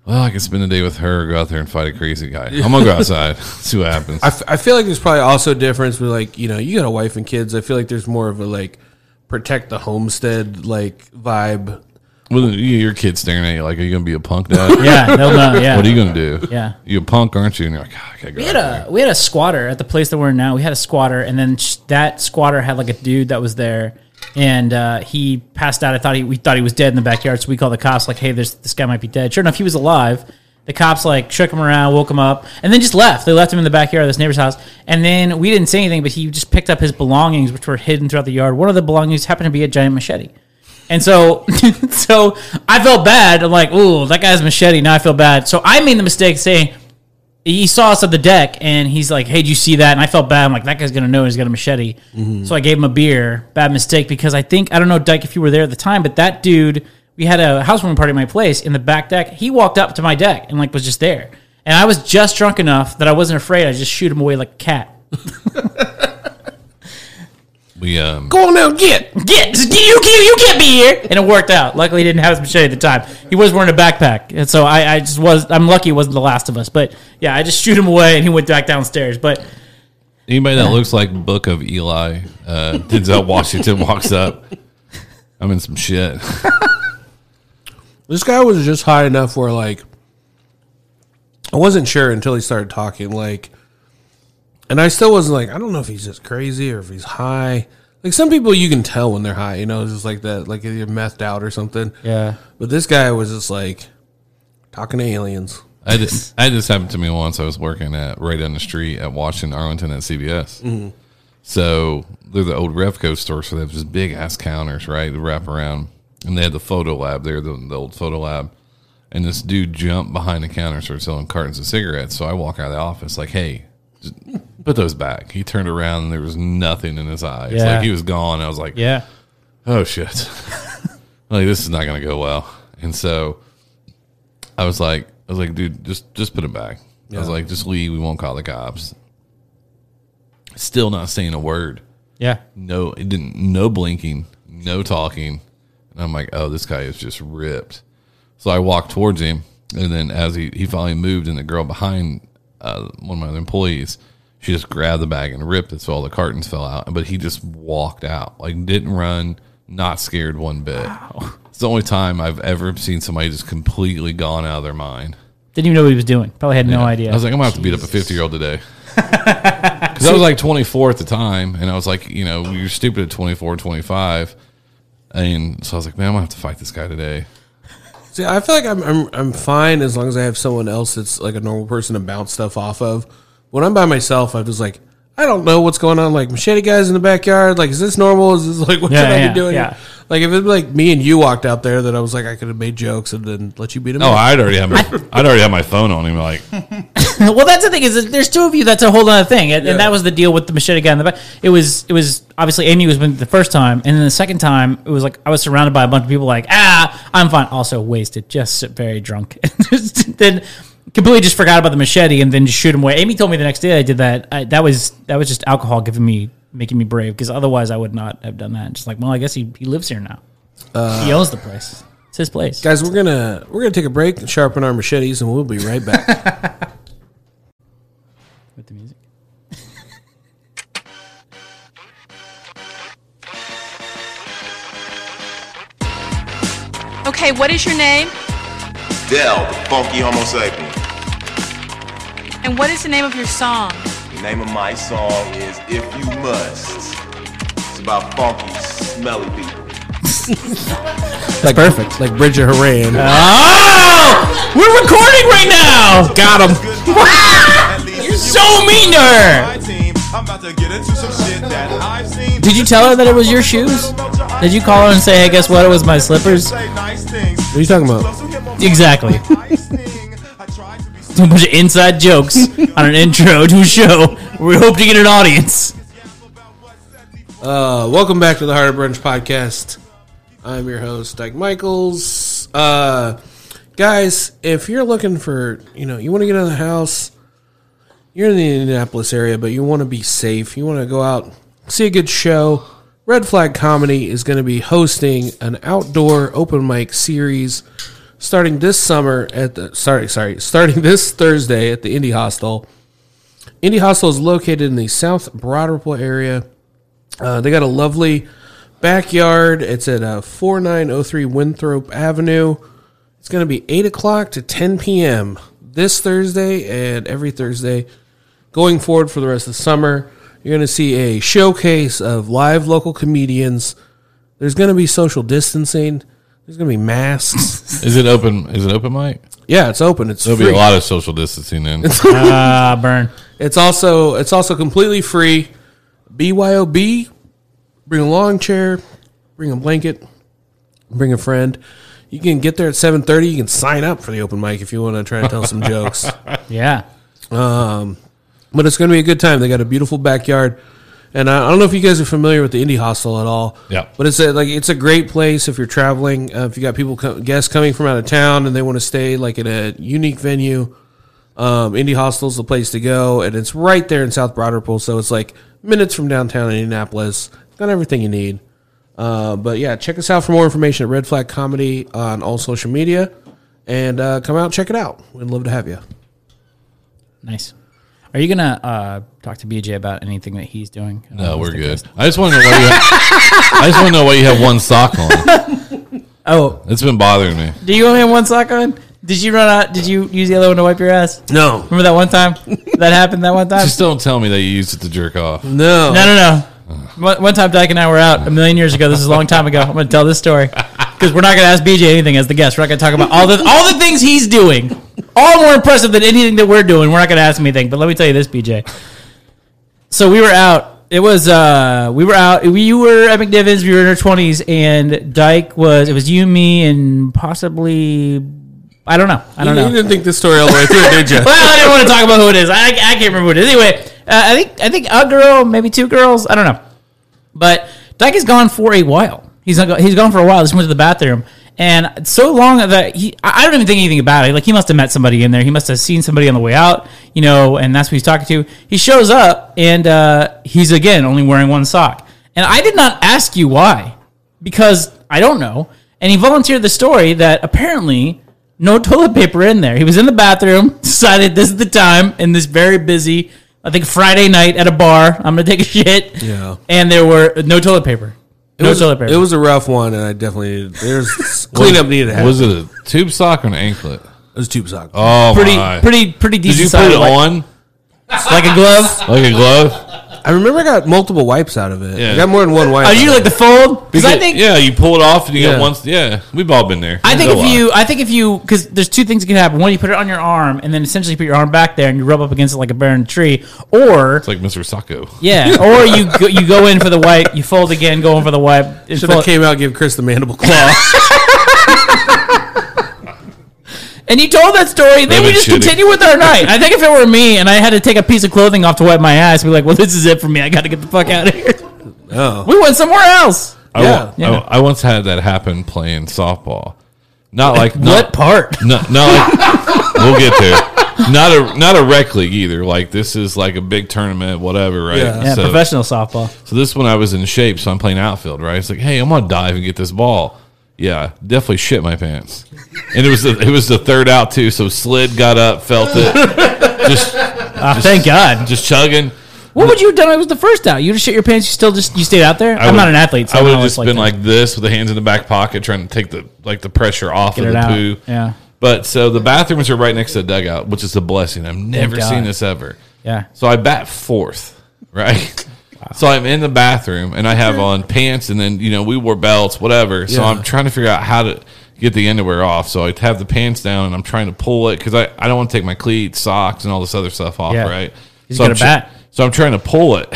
D: well, I could spend the day with her, or go out there and fight a crazy guy. I'm gonna go outside, see what happens.
B: I, f- I feel like there's probably also a difference with like you know you got a wife and kids. I feel like there's more of a like protect the homestead like vibe.
D: Well, you- your kid's staring at you like, are you gonna be a punk dad?
C: Yeah, they'll know. Yeah.
D: What are you gonna do?
C: Yeah.
D: you a punk, aren't you? And you're like, "Ah, I gotta go.
C: we had a we had a squatter at the place that we're in now. We had a squatter, and then sh- that squatter had like a dude that was there, and uh, he passed out. I thought he we thought he was dead in the backyard, so we called the cops. Like, hey, there's this guy might be dead. Sure enough, he was alive. The cops like shook him around, woke him up, and then just left. They left him in the backyard of this neighbor's house, and then we didn't say anything. But he just picked up his belongings, which were hidden throughout the yard. One of the belongings happened to be a giant machete. And so, so I felt bad. I'm like, ooh, that guy's machete. Now I feel bad. So I made the mistake of saying, he saw us at the deck and he's like, Hey, did you see that? And I felt bad. I'm like, That guy's going to know he's got a machete. So I gave him a beer. Bad mistake because I think, I don't know, Dyke, if you were there at the time, but that dude, we had a housewarming party at my place in the back deck. He walked up to my deck and like was just there. And I was just drunk enough that I wasn't afraid. I just shoot him away like a cat.
D: We um,
B: Go on now, get.
C: Get, you, you, you can't be here. And it worked out. Luckily, he didn't have his machete at the time. He was wearing a backpack. And so I, I just was, I'm lucky it wasn't the last of us. But yeah, I just shoot him away and he went back downstairs. But
D: Anybody that looks like Book of Eli, uh, Denzel Washington walks up. I'm in some shit.
B: This guy was just high enough where like I wasn't sure until he started talking like and I still wasn't like I don't know if he's just crazy or if he's high. Like some people you can tell when they're high, you know, it's just like that like you're methed out or something.
C: yeah.
B: But this guy was just like talking to aliens.
D: I just, I just happened to me once. I was working at right down the street at Washington Arlington at CBS. So they're the old Revco store, so they have just big ass counters, right, to wrap around, and they had the photo lab there, the, the old photo lab. And this dude jumped behind the counter, and started selling cartons of cigarettes. So I walk out of the office like, "Hey, just put those back." He turned around, and there was nothing in his eyes.
C: Yeah.
D: Like he was gone. I was like,
C: Yeah.
D: oh shit like this is not gonna go well and so i was like i was like dude just just put it back i was like just leave we won't call the cops still not saying a word
C: Yeah.
D: no it didn't no blinking no talking and i'm like oh this guy is just ripped so i walked towards him and then as he, he finally moved and the girl behind uh, one of my other employees she just grabbed the bag and ripped it so all the cartons fell out but he just walked out like didn't run not scared one bit it's the only time i've ever seen somebody just completely gone out of their mind
C: Didn't even know what he was doing. Probably had no idea.
D: I was like, I'm gonna have to beat up a 50 year old today. Because I was like 24 at the time, and I was like, you know, you're stupid at 24, 25. And so I was like, man, I'm gonna have to fight this guy today.
B: See, I feel like I'm, I'm I'm fine as long as I have someone else that's like a normal person to bounce stuff off of. When I'm by myself, I'm just like I don't know what's going on. Like machete guys in the backyard. Like, is this normal? Is this like what
C: Yeah,
B: should I
C: yeah,
B: be doing?
C: yeah.
B: Like if it like me and you walked out there, that I was like I could have made jokes and then let you beat him.
D: Oh,
B: up.
D: I'd already have my, I'd already have my phone on him. Like,
C: well, that's the thing is that there's two of you. That's a whole other thing, and, and that was the deal with the machete guy in the back. It was it was obviously Amy was with the first time, and then the second time it was like I was surrounded by a bunch of people. Like ah, I'm fine. Also wasted, just very drunk. Just then completely just forgot about the machete and then just shoot him away. Amy told me the next day I did that. I, that was that was just alcohol giving me making me brave because otherwise I would not have done that. Just like well, I guess he he lives here now. he owns the place. It's his place.
B: guys, we're gonna we're gonna take a break and sharpen our machetes, and we'll be right back.
C: with the music.
E: Okay, what is your name?
F: Dell, the funky homo sapien.
E: And what is the name of your song?
F: The name of my song is If You Must. It's about funky, smelly people.
B: like perfect, like Bridget Haran.
C: Oh! We're recording right now! Got him.
G: You're
C: so mean to her.
G: I'm about to get into some shit that I've seen.
C: Did you tell her that it was your shoes? Did you call her and say, hey, guess what? It was my slippers?
G: Say nice things.
B: are you talking about?
C: Exactly. So a bunch of inside jokes on an intro to a show. where We hope to get an audience.
B: Uh, welcome back to the Heart of Brunch podcast. I'm your host, Dyke Michaels. Uh, guys, if you're looking for, you know, you want to get out of the house, you're in the Indianapolis area, but you want to be safe, you want to go out, see a good show. Red Flag Comedy is going to be hosting an outdoor open mic series starting this summer at the sorry, sorry, starting this Thursday at the Indy Hostel. Indy Hostel is located in the South Broadripple area. Uh, they got a lovely backyard. It's at uh, 4903 Winthrop Avenue. It's going to be 8 o'clock to 10 p.m. this Thursday and every Thursday going forward for the rest of the summer. You're going to see a showcase of live local comedians. There's going to be social distancing. There's going to be masks.
D: Is it open? Is it open mic?
B: yeah, it's open. It's
D: There'll
B: free.
D: be a lot of social distancing then.
C: Ah, burn.
B: It's also it's also completely free. BYOB. Bring a long chair, bring a blanket, bring a friend. You can get there at seven thirty. You can sign up for the open mic if you want to try to tell some jokes.
C: Yeah.
B: But it's going to be a good time. They got a beautiful backyard, and I, I don't know if you guys are familiar with the Indie Hostel at all.
D: Yeah.
B: but it's a, like it's a great place if you're traveling. Uh, if you got people co- guests coming from out of town and they want to stay like in a unique venue, um, Indie Hostel's the place to go, and it's right there in South Broderpool, so it's like minutes from downtown Indianapolis. It's got everything you need. Uh, but yeah, check us out for more information at Red Flag Comedy on all social media, and uh, come out check it out. We'd love to have you.
C: Nice. Are you gonna uh, talk to BJ about anything that he's doing?
D: No, we're good. I just want to know why you. Have, I just want to know why you have one sock on.
C: Oh,
D: It's been bothering me.
C: do you only have one sock on? Did you run out? Did you use the other one to wipe your ass?
B: No,
C: Remember that one time that happened? That one time?
D: Just don't tell me that you used it to jerk off.
B: no,
C: No, no, no. One, one time, Dyke and I were out a million years ago. This is a long time ago. I'm going to tell this story because we're not going to ask BJ anything as the guest. We're not going to talk about all the all the things he's doing. All more impressive than anything that we're doing. We're not going to ask him anything. But let me tell you this, BJ. So we were out. It was uh we were out. We you were at McNiven's. We were in our twenties, and Dyke was. It was you, me, and possibly I don't know. I don't know.
B: You didn't think this story all the way through, did you?
C: well, I didn't want to talk about who it is. I, I can't remember who it is. Anyway, uh, I think I think a girl, maybe two girls. I don't know. But Dyke is gone for a while. He's not go- he's gone for a while. Just went to the bathroom, and so long that he I I don't even think anything about it. Like he must have met somebody in there. He must have seen somebody on the way out, you know, and that's who he's talking to. He shows up, and uh, he's again only wearing one sock. And I did not ask you why, because I don't know. And he volunteered the story that apparently no toilet paper in there. He was in the bathroom, decided this is the time, and this very busy, I think Friday night at a bar. I'm gonna take a shit.
B: Yeah.
C: And there were no toilet paper. no
B: it was,
C: toilet paper.
B: It was a rough one, and I definitely needed, there's cleanup needed to happen.
D: Was it a tube sock or an anklet?
B: It was tube sock.
D: Oh,
C: pretty,
D: my.
C: pretty, pretty
D: Did
C: decent.
D: you put
C: size,
D: it
C: like,
D: on
C: like a glove?
D: like a glove?
B: I remember I got multiple wipes out of it. I
D: Yeah.
B: got more than one wipe.
C: Are
B: out
C: oh, you
B: of
C: like the fold? Because I think
D: yeah, you pull it off and you
B: Yeah.
D: get once. Yeah, we've all been there.
C: I think
D: There's a
C: if
D: lot.
C: you, I think if you, because there's two things that can happen. One, you put it on your arm, and then essentially put your arm back there, and you rub up against it like a barren tree. Or
D: it's like Mr. Sacco.
C: yeah, or you go, you go in for the wipe, you fold again, go in for the wipe. and
B: Should have
C: fold-
B: came out and give Chris the mandible claw.
C: And you told that story, then
D: They've
C: we
D: been
C: just
D: shitty.
C: continue with our night. I think if it were me and I had to take a piece of clothing off to wipe my ass, I'd be like, well, this is it for me. I got to get the fuck out of here.
B: oh.
C: We went somewhere else.
D: I,
B: Yeah.
D: wa- I- I once had that happen playing softball. Not like
C: What
D: not,
C: part?
D: Not, not like, we'll get there. Not a not a rec league either. Like this is like a big tournament, whatever, right?
B: Yeah.
C: Yeah,
D: so,
C: professional softball.
D: so this one I was in shape, so I'm playing outfield, right? It's like, hey, I'm gonna dive and get this ball. Yeah, definitely shit my pants. And it was the, it was the third out too. So slid, got up, felt it, just
C: Ah, thank God.
D: just chugging.
C: What would you have done if it was the first out? You would have shit your pants. You still just you stayed out there. I'm
D: would-
C: not an athlete. So
D: I would
C: don't
D: have just
C: like
D: been
C: to
D: like this with the hands in the back pocket, trying to take the like the pressure off
C: get
D: of
C: it
D: the
C: out.
D: poo.
C: Yeah,
D: But so the bathrooms are right next to the dugout, which is a blessing. I've never
C: God.
D: seen this ever.
C: yeah.
D: So I bat fourth, right? So I'm in the bathroom and I have on pants and then, you know, we wore belts, whatever. So
B: Yeah.
D: I'm trying to figure out how to get the underwear off. So I have the pants down and I'm trying to pull it because I, I don't want to take my cleats, socks, and all this other stuff off,
C: Yeah.
D: right?
C: You
D: so
C: got
D: I'm
C: a
D: tr-
C: bat. Mm-hmm.
D: so I'm trying to pull it.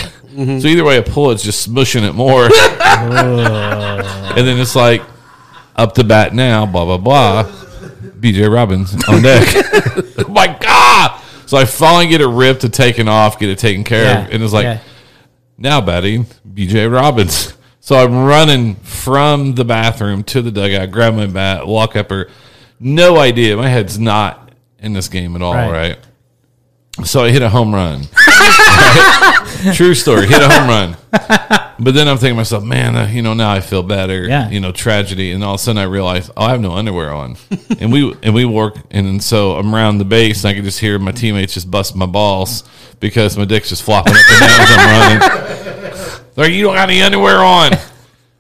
D: So either way I pull it, it's just smushing it more. and then it's like, up to bat now, blah, blah, blah. BJ Robbins on deck. oh my God. So I finally get it ripped and taken off, get it taken care
C: Yeah.
D: of. And it's like,
C: yeah.
D: now batting BJ Robbins. So I'm running from the bathroom to the dugout, grab my bat, walk up her. No idea. My head's not in this game at all,
C: Right.
D: right? So I hit a home run. True story. Hit a home run. But then I'm thinking to myself, man, uh, you know, now I feel better.
C: Yeah.
D: You know, tragedy. And all of a sudden I realize, oh, I have no underwear on. and we and we work and, then so I'm around the base and I can just hear my teammates just bust my balls because my dick's just flopping up and down as I'm running. They're like, you don't got any underwear on.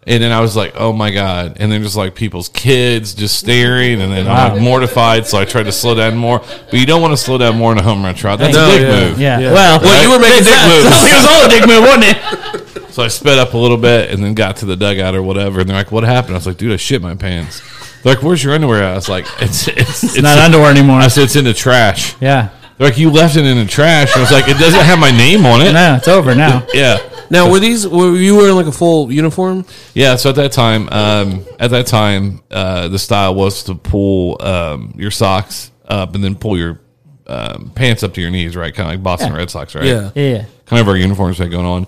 D: And then I was like, oh my God. And then just like people's kids just staring. And then I'm like mortified. So I tried to slow down more. But you don't want to slow down more in a home run trot. That's
B: No,
D: a big
B: yeah.
D: move.
C: Yeah. Well,
D: Well, you were making dick moves.
C: it was all a dick move, wasn't it?
D: So I sped up a little bit and then got to the dugout or whatever. And they're like, "What happened?" I was like, "Dude, I shit my pants." They're like, "Where's your underwear?" at?" I was like, "It's it's, it's,
C: Not underwear anymore.
D: I said, "It's in the trash."
C: Yeah.
D: They're like, "You left it in the trash." I was like, "It doesn't have my name on it."
C: No, it's over now.
D: Yeah,
B: Now, were these, were you wearing like a full uniform?
D: yeah. So at that time, um, at that time, uh, the style was to pull um, your socks up and then pull your um, pants up to your knees, right? Kind of like Boston
C: Yeah.
D: Red Sox, right?
B: Yeah.
C: Yeah.
D: Kind of our uniforms had going on.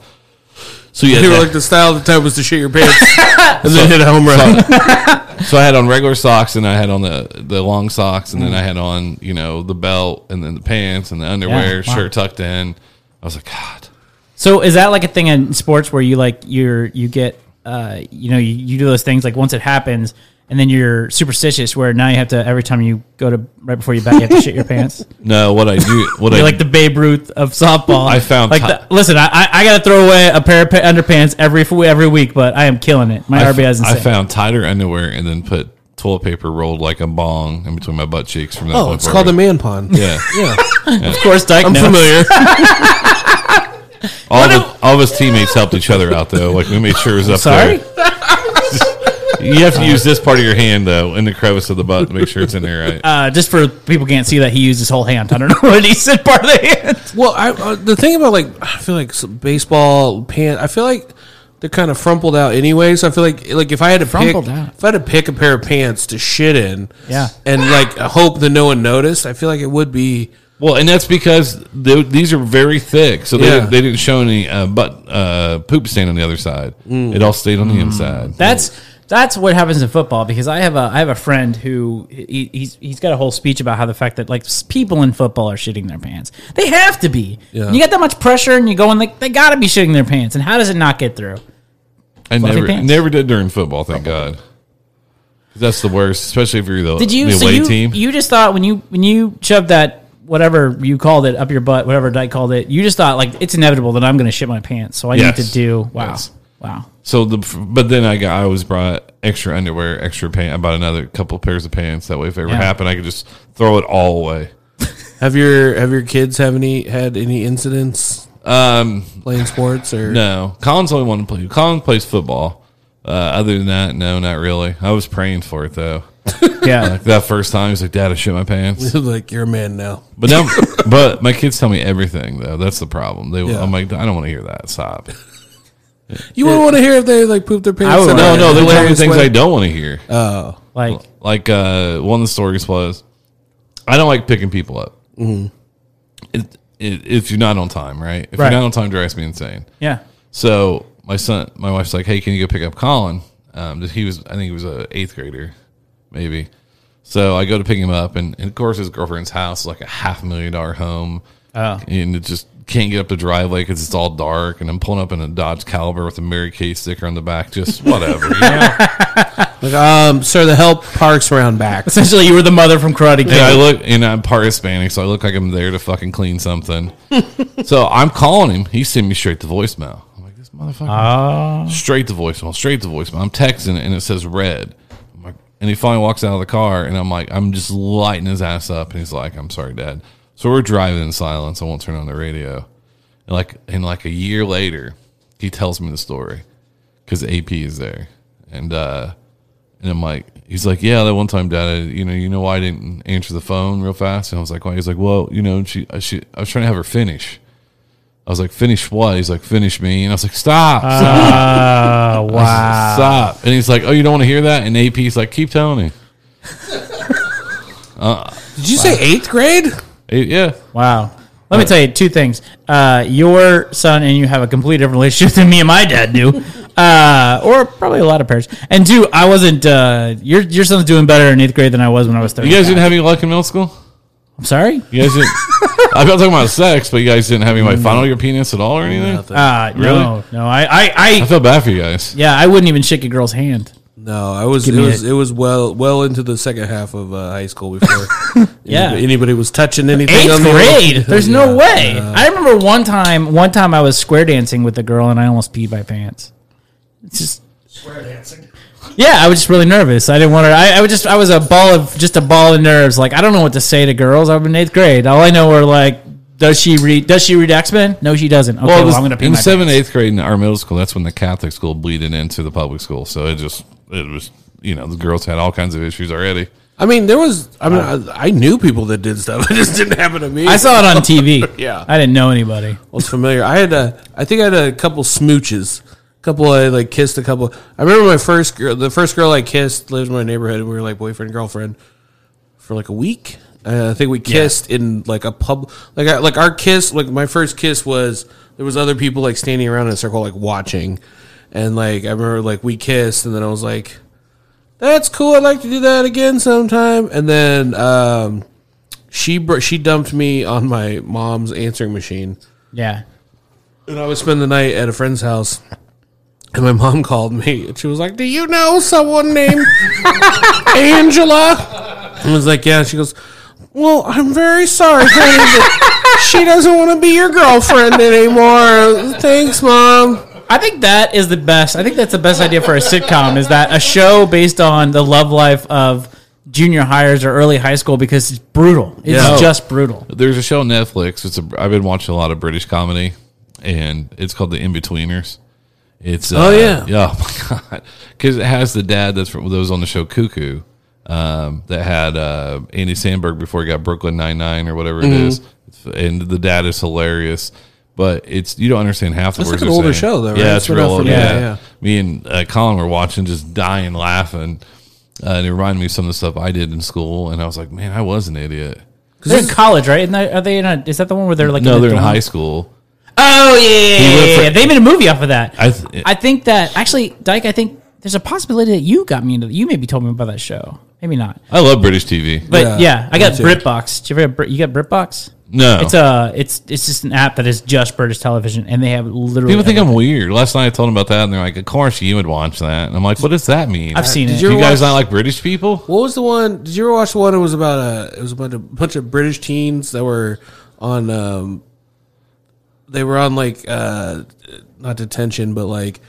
D: So yeah,
B: They were
D: that-
B: like the style at the time was to shit your pants and then hit a home run.
D: So I had on regular socks, and I had on the the long socks, and
C: Mm.
D: then I had on you know the belt, and then the pants, and the underwear,
C: Yeah, wow.
D: shirt tucked in. I was like, God,
C: So is that like a thing in sports where you like you're you get uh you know you, you do those things like once it happens and then you're superstitious where now you have to every time you go to right before you bat you have to shit your pants.
D: no! What I do, what I
C: You're like the Babe Ruth of softball.
D: I found
C: like
D: ti-
C: the, listen, I, I I gotta throw away a pair of pa- underpants every f- every week, but I am killing it. My
D: I,
C: RBI is
D: I
C: insane.
D: found tighter underwear, and then put toilet paper rolled like a bong in between my butt cheeks. From that
B: Oh,
D: point
B: it's called a
D: forward.
B: man pond.
D: yeah.
B: Yeah.
C: of course, Dyke.
B: I'm
C: knows.
B: familiar.
D: All of, us- all of his teammates helped each other out though. Like we made sure it was up
C: Sorry,
D: there. You have to use this part of your hand though in the crevice of the butt to make sure it's in there right.
C: uh, just for people can't see that he used his whole hand. I don't know what he said part of the hand.
B: Well, I, uh, the thing about like I feel like some baseball pants. I feel like they're kind of frumpled out anyway. So I feel like like if I had to
C: Frumpled
B: pick,
C: out.
B: if I had to pick a pair of pants to shit in,
C: Yeah.
B: and like hope that no one noticed, I feel like it would be
D: Well, and that's because they, these are very thick, so they,
B: Yeah.
D: they didn't show any uh, butt uh, poop stain on the other side.
B: Mm.
D: It all stayed on the inside.
C: That's that's what happens in football because I have a I have a friend who he, he's he's got a whole speech about how the fact that like s- people in football are shitting their pants. They have to be.
B: Yeah.
C: You got that much pressure and you go in like they got to be shitting their pants. And how does it not get through?
D: I
C: fluffy
D: never
C: pants.
D: never did during football. Thank God. That's the worst, especially if you're the,
C: Did you
D: the
C: so
D: away
C: you,
D: team.
C: you just thought when you when you shoved that whatever you called it up your butt whatever Dyke called it you just thought like it's inevitable that I'm going to shit my pants so I
D: Yes.
C: need to do wow
D: Yes.
C: wow
D: so the but then I got I always brought extra underwear, extra pants. I bought another couple pairs of pants. That way, if it ever
C: Yeah.
D: happened, I could just throw it all away.
B: Have your have your kids have any had any incidents
D: Um,
B: playing sports or
D: No, Colin's the only one to play. Colin plays football. Uh, other than that, no, not really. I was praying for it though.
C: yeah
D: That first time, he's like, "Dad, I shit my pants."
B: like you're a man now?
D: But now, but my kids tell me everything though. That's the problem. They,
B: Yeah.
D: I'm like, I don't want to hear that. Stop.
B: You wouldn't want to hear if they like pooped their pants.
C: I would
B: and,
D: No,
B: uh,
D: no, they're
B: Travis
D: telling me things
B: Wade-
D: I don't want to hear.
C: like
D: like uh, one of the stories was, I don't like picking people up. It, it, if you're not on time, right? If
C: Mm-hmm. Right.
D: you're not on time, it drives me insane.
C: yeah
D: So my son, my wife's like, "Hey, can you go pick up Colin?" Um, that he was, I think he was a eighth grader, maybe. So I go to pick him up, and, and of course his girlfriend's house is like a half million dollar home,
C: Oh.
D: and it just can't get up the driveway because it's all dark. And I'm pulling up in a Dodge Caliber with a Mary Kay sticker on the back, just whatever. you know?
B: Like, um, sir, the help parks round back.
C: essentially you were the mother from Karate Kid
D: And I look, and I'm part Hispanic, so I look like I'm there to fucking clean something. so I'm calling him. He sent me straight to voicemail. I'm like, this motherfucker. Straight to voicemail, straight to voicemail. I'm texting it, and it says red. I'm like, and he finally walks out of the car, and I'm like, I'm just lighting his ass up. And he's like, I'm sorry, Dad. So we're driving in silence. I won't turn on the radio. And like, and like a year later, he tells me the story because AP is there, and uh, and I'm like, he's like, yeah, that one time, Dad, I, you know, you know why I didn't answer the phone real fast, and I was like, why? He's like, well, you know, she, I- she, I was trying to have her finish. I was like, finish what? He's like, finish me, and I was like, stop,
C: oh wow
D: stop, stop. And he's like, oh, you don't want to hear that? And AP's like, keep telling him.
B: Did you say eighth grade?
D: It- yeah.
C: Wow. Let me tell you two things. Uh, your son and you have a completely different relationship than me and my dad do, uh, or probably a lot of parents. And two, I wasn't. Uh, your your son's doing better in eighth grade than I was when I was thirty.
D: You guys didn't have any luck in middle school?
C: I'm sorry.
D: You guys didn't. I'm not talking about sex, but you guys didn't have any like final your penis at all or anything.
C: Uh, No,
D: Really?
C: no. I, I,
D: I
C: I,
D: feel bad for you guys.
C: yeah. I wouldn't even shake a girl's hand.
B: No, I was. It
C: me
B: was.
C: a-
B: It was well, well into the second half of uh, high school before.
C: Yeah.
B: anybody, anybody was touching anything.
C: Eighth
B: on the-
C: grade. There's no
B: Yeah.
C: way. I remember one time. One time I was square dancing with a girl and I almost peed my pants. It's just square dancing. Yeah, I was just really nervous. I didn't want to. I, I was just. I was a ball of just a ball of nerves. Like I don't know what to say to girls. I'm in eighth grade. All I know are like, does she read? Does she read X Men? No, she doesn't. Okay, well,
D: it was-
C: I'm gonna pee
D: in
C: my
D: seventh,
C: pants.
D: eighth grade in our middle school, that's when the Catholic school bleeded into the public school. So it just it was you know the girls had all kinds of issues already.
B: I mean, there was. I mean, I, I knew people that did stuff. It just didn't happen to me.
C: Uh, I saw it on TV.
B: Yeah.
C: I didn't know anybody.
B: I was familiar. I had a. I think I had a couple smooches. Couple I like kissed a couple. I remember my first girl. The first girl I kissed lived in my neighborhood, and we were like boyfriend and girlfriend for like a week. Uh, I think we kissed in like a pub. Like I, like our kiss. Like my first kiss was there was other people like standing around in a circle like watching, and like I remember like we kissed, and then I was like, "That's cool. I'd like to do that again sometime." And then um, she br- she dumped me on my mom's answering machine.
C: Yeah.
B: And I would spend the night at a friend's house. And my mom called me and she was like, Do you know someone named Angela? I was like, Yeah. She goes, Well, I'm very sorry, honey, that she doesn't want to be your girlfriend anymore. Thanks, Mom.
C: I think that is the best. I think that's the best idea for a sitcom is that a show based on the love life of junior hires or early high school because it's brutal. It's
B: Yeah.
C: just brutal.
D: There's a show on Netflix. It's a I've been watching a lot of British comedy, and it's called The In Betweeners. It's uh,
B: Oh, yeah.
D: yeah oh my god because it has the dad that's from, that was on the show Cuckoo um, that had uh, Andy Sandberg before he got Brooklyn Nine Nine or whatever it
B: Mm-hmm.
D: is, and the dad is hilarious. But it's you don't understand half the
B: That's
D: words.
B: like an
D: they're
B: older
D: saying.
B: show, though, right?
D: Yeah,
B: It's
D: it's
B: been
D: real
B: out for-
D: old.
B: yeah,
D: Yeah,
B: yeah.
D: Me and uh, Colin were watching, just dying laughing. Uh, and it reminded me of some of the stuff I did in school, and I was like, "Man, I was an idiot."
C: They're in college, right? Isn't that, are they in a, is that the one where they're like
D: No, they're in
C: dorm?
D: high school.
C: Oh yeah, yeah, yeah,
D: went
C: yeah,
D: for-
C: yeah. They made a movie off of that.
D: I th-
C: I think that actually, Dyke. I think there's a possibility that you got me into. You maybe told me about that show. Maybe not.
D: I love British TV.
C: But
B: Yeah,
C: yeah, I got
B: me too.
C: BritBox. Do you ever Brit, you got BritBox?
D: no,
C: It's a it's it's just an app that is just British television, and they have literally
D: people think I'm weird. Last night I told them about that, and they're like, "Of course you would watch that." And I'm like, "What does that mean?"
C: I've seen
D: Do
C: it.
D: you guys
B: watch-
D: not like British people?
B: What was the one? Did you ever watch the one? It was about a. It was about a bunch of British teens that were on. um They were on like uh not detention, but like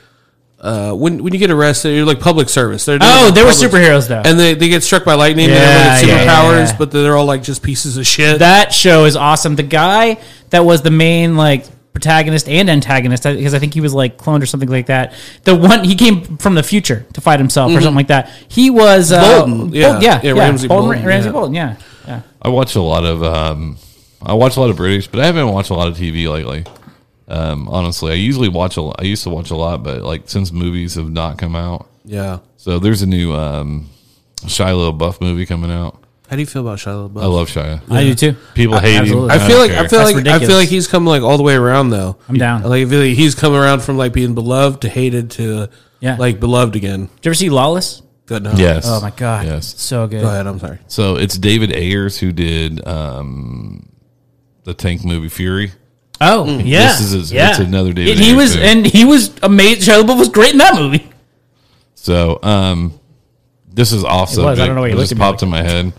B: uh when when you get arrested, you're like public service. They're doing,
C: Oh,
B: like,
C: they were
B: public-
C: superheroes, though.
B: and they they get struck by lightning. and
C: Yeah,
B: they
C: yeah,
B: get
C: yeah,
B: superpowers,
C: yeah.
B: but they're all like just pieces of shit.
C: That show is awesome. The guy that was the main like protagonist and antagonist, I- because I think he was like cloned or something like that. The one he came from the future to fight himself or something like that. He was uh,
B: Bolton,
C: Bol-
B: yeah.
C: yeah,
B: Yeah,
C: yeah,
B: Ramsay
C: Bolton,
B: Bolton,
C: Ramsay
B: yeah.
C: Bolton, yeah, yeah.
D: I watch a lot of um, I watch a lot of British, but I haven't watched a lot of TV lately. Um, honestly, I usually watch a. I used to watch a lot, but like since movies have not come out,
B: yeah.
D: so there's a new um, Shiloh Buff movie coming out.
B: How do you feel about Shia LaBeouf?
D: I love Shia.
C: I do too.
D: People hate
C: absolutely.
D: him.
B: I feel
D: don't
B: like
D: care.
B: I feel
C: That's
B: like I feel
C: ridiculous.
B: like he's come like all the way around though.
C: I'm down.
B: Like I feel like he's come around from like being beloved to hated to
C: Yeah.
B: like beloved again.
C: Did you ever see Lawless?
B: Good no.
D: yes.
C: Oh my god,
D: Yes.
C: so good.
B: Go ahead. I'm sorry.
D: So it's David Ayers who did um, the tank movie Fury.
C: Oh yeah,
D: This is- it's
C: yeah.
D: another David
C: And he
D: Ayer
C: was,
D: thing.
C: and he was amazing. Shia LaBeouf was great in that movie.
D: So um, this is off
C: It was. I
D: subject.
C: don't know why you
D: It
C: looked
D: just
C: at me
D: popped
C: like
D: in my head.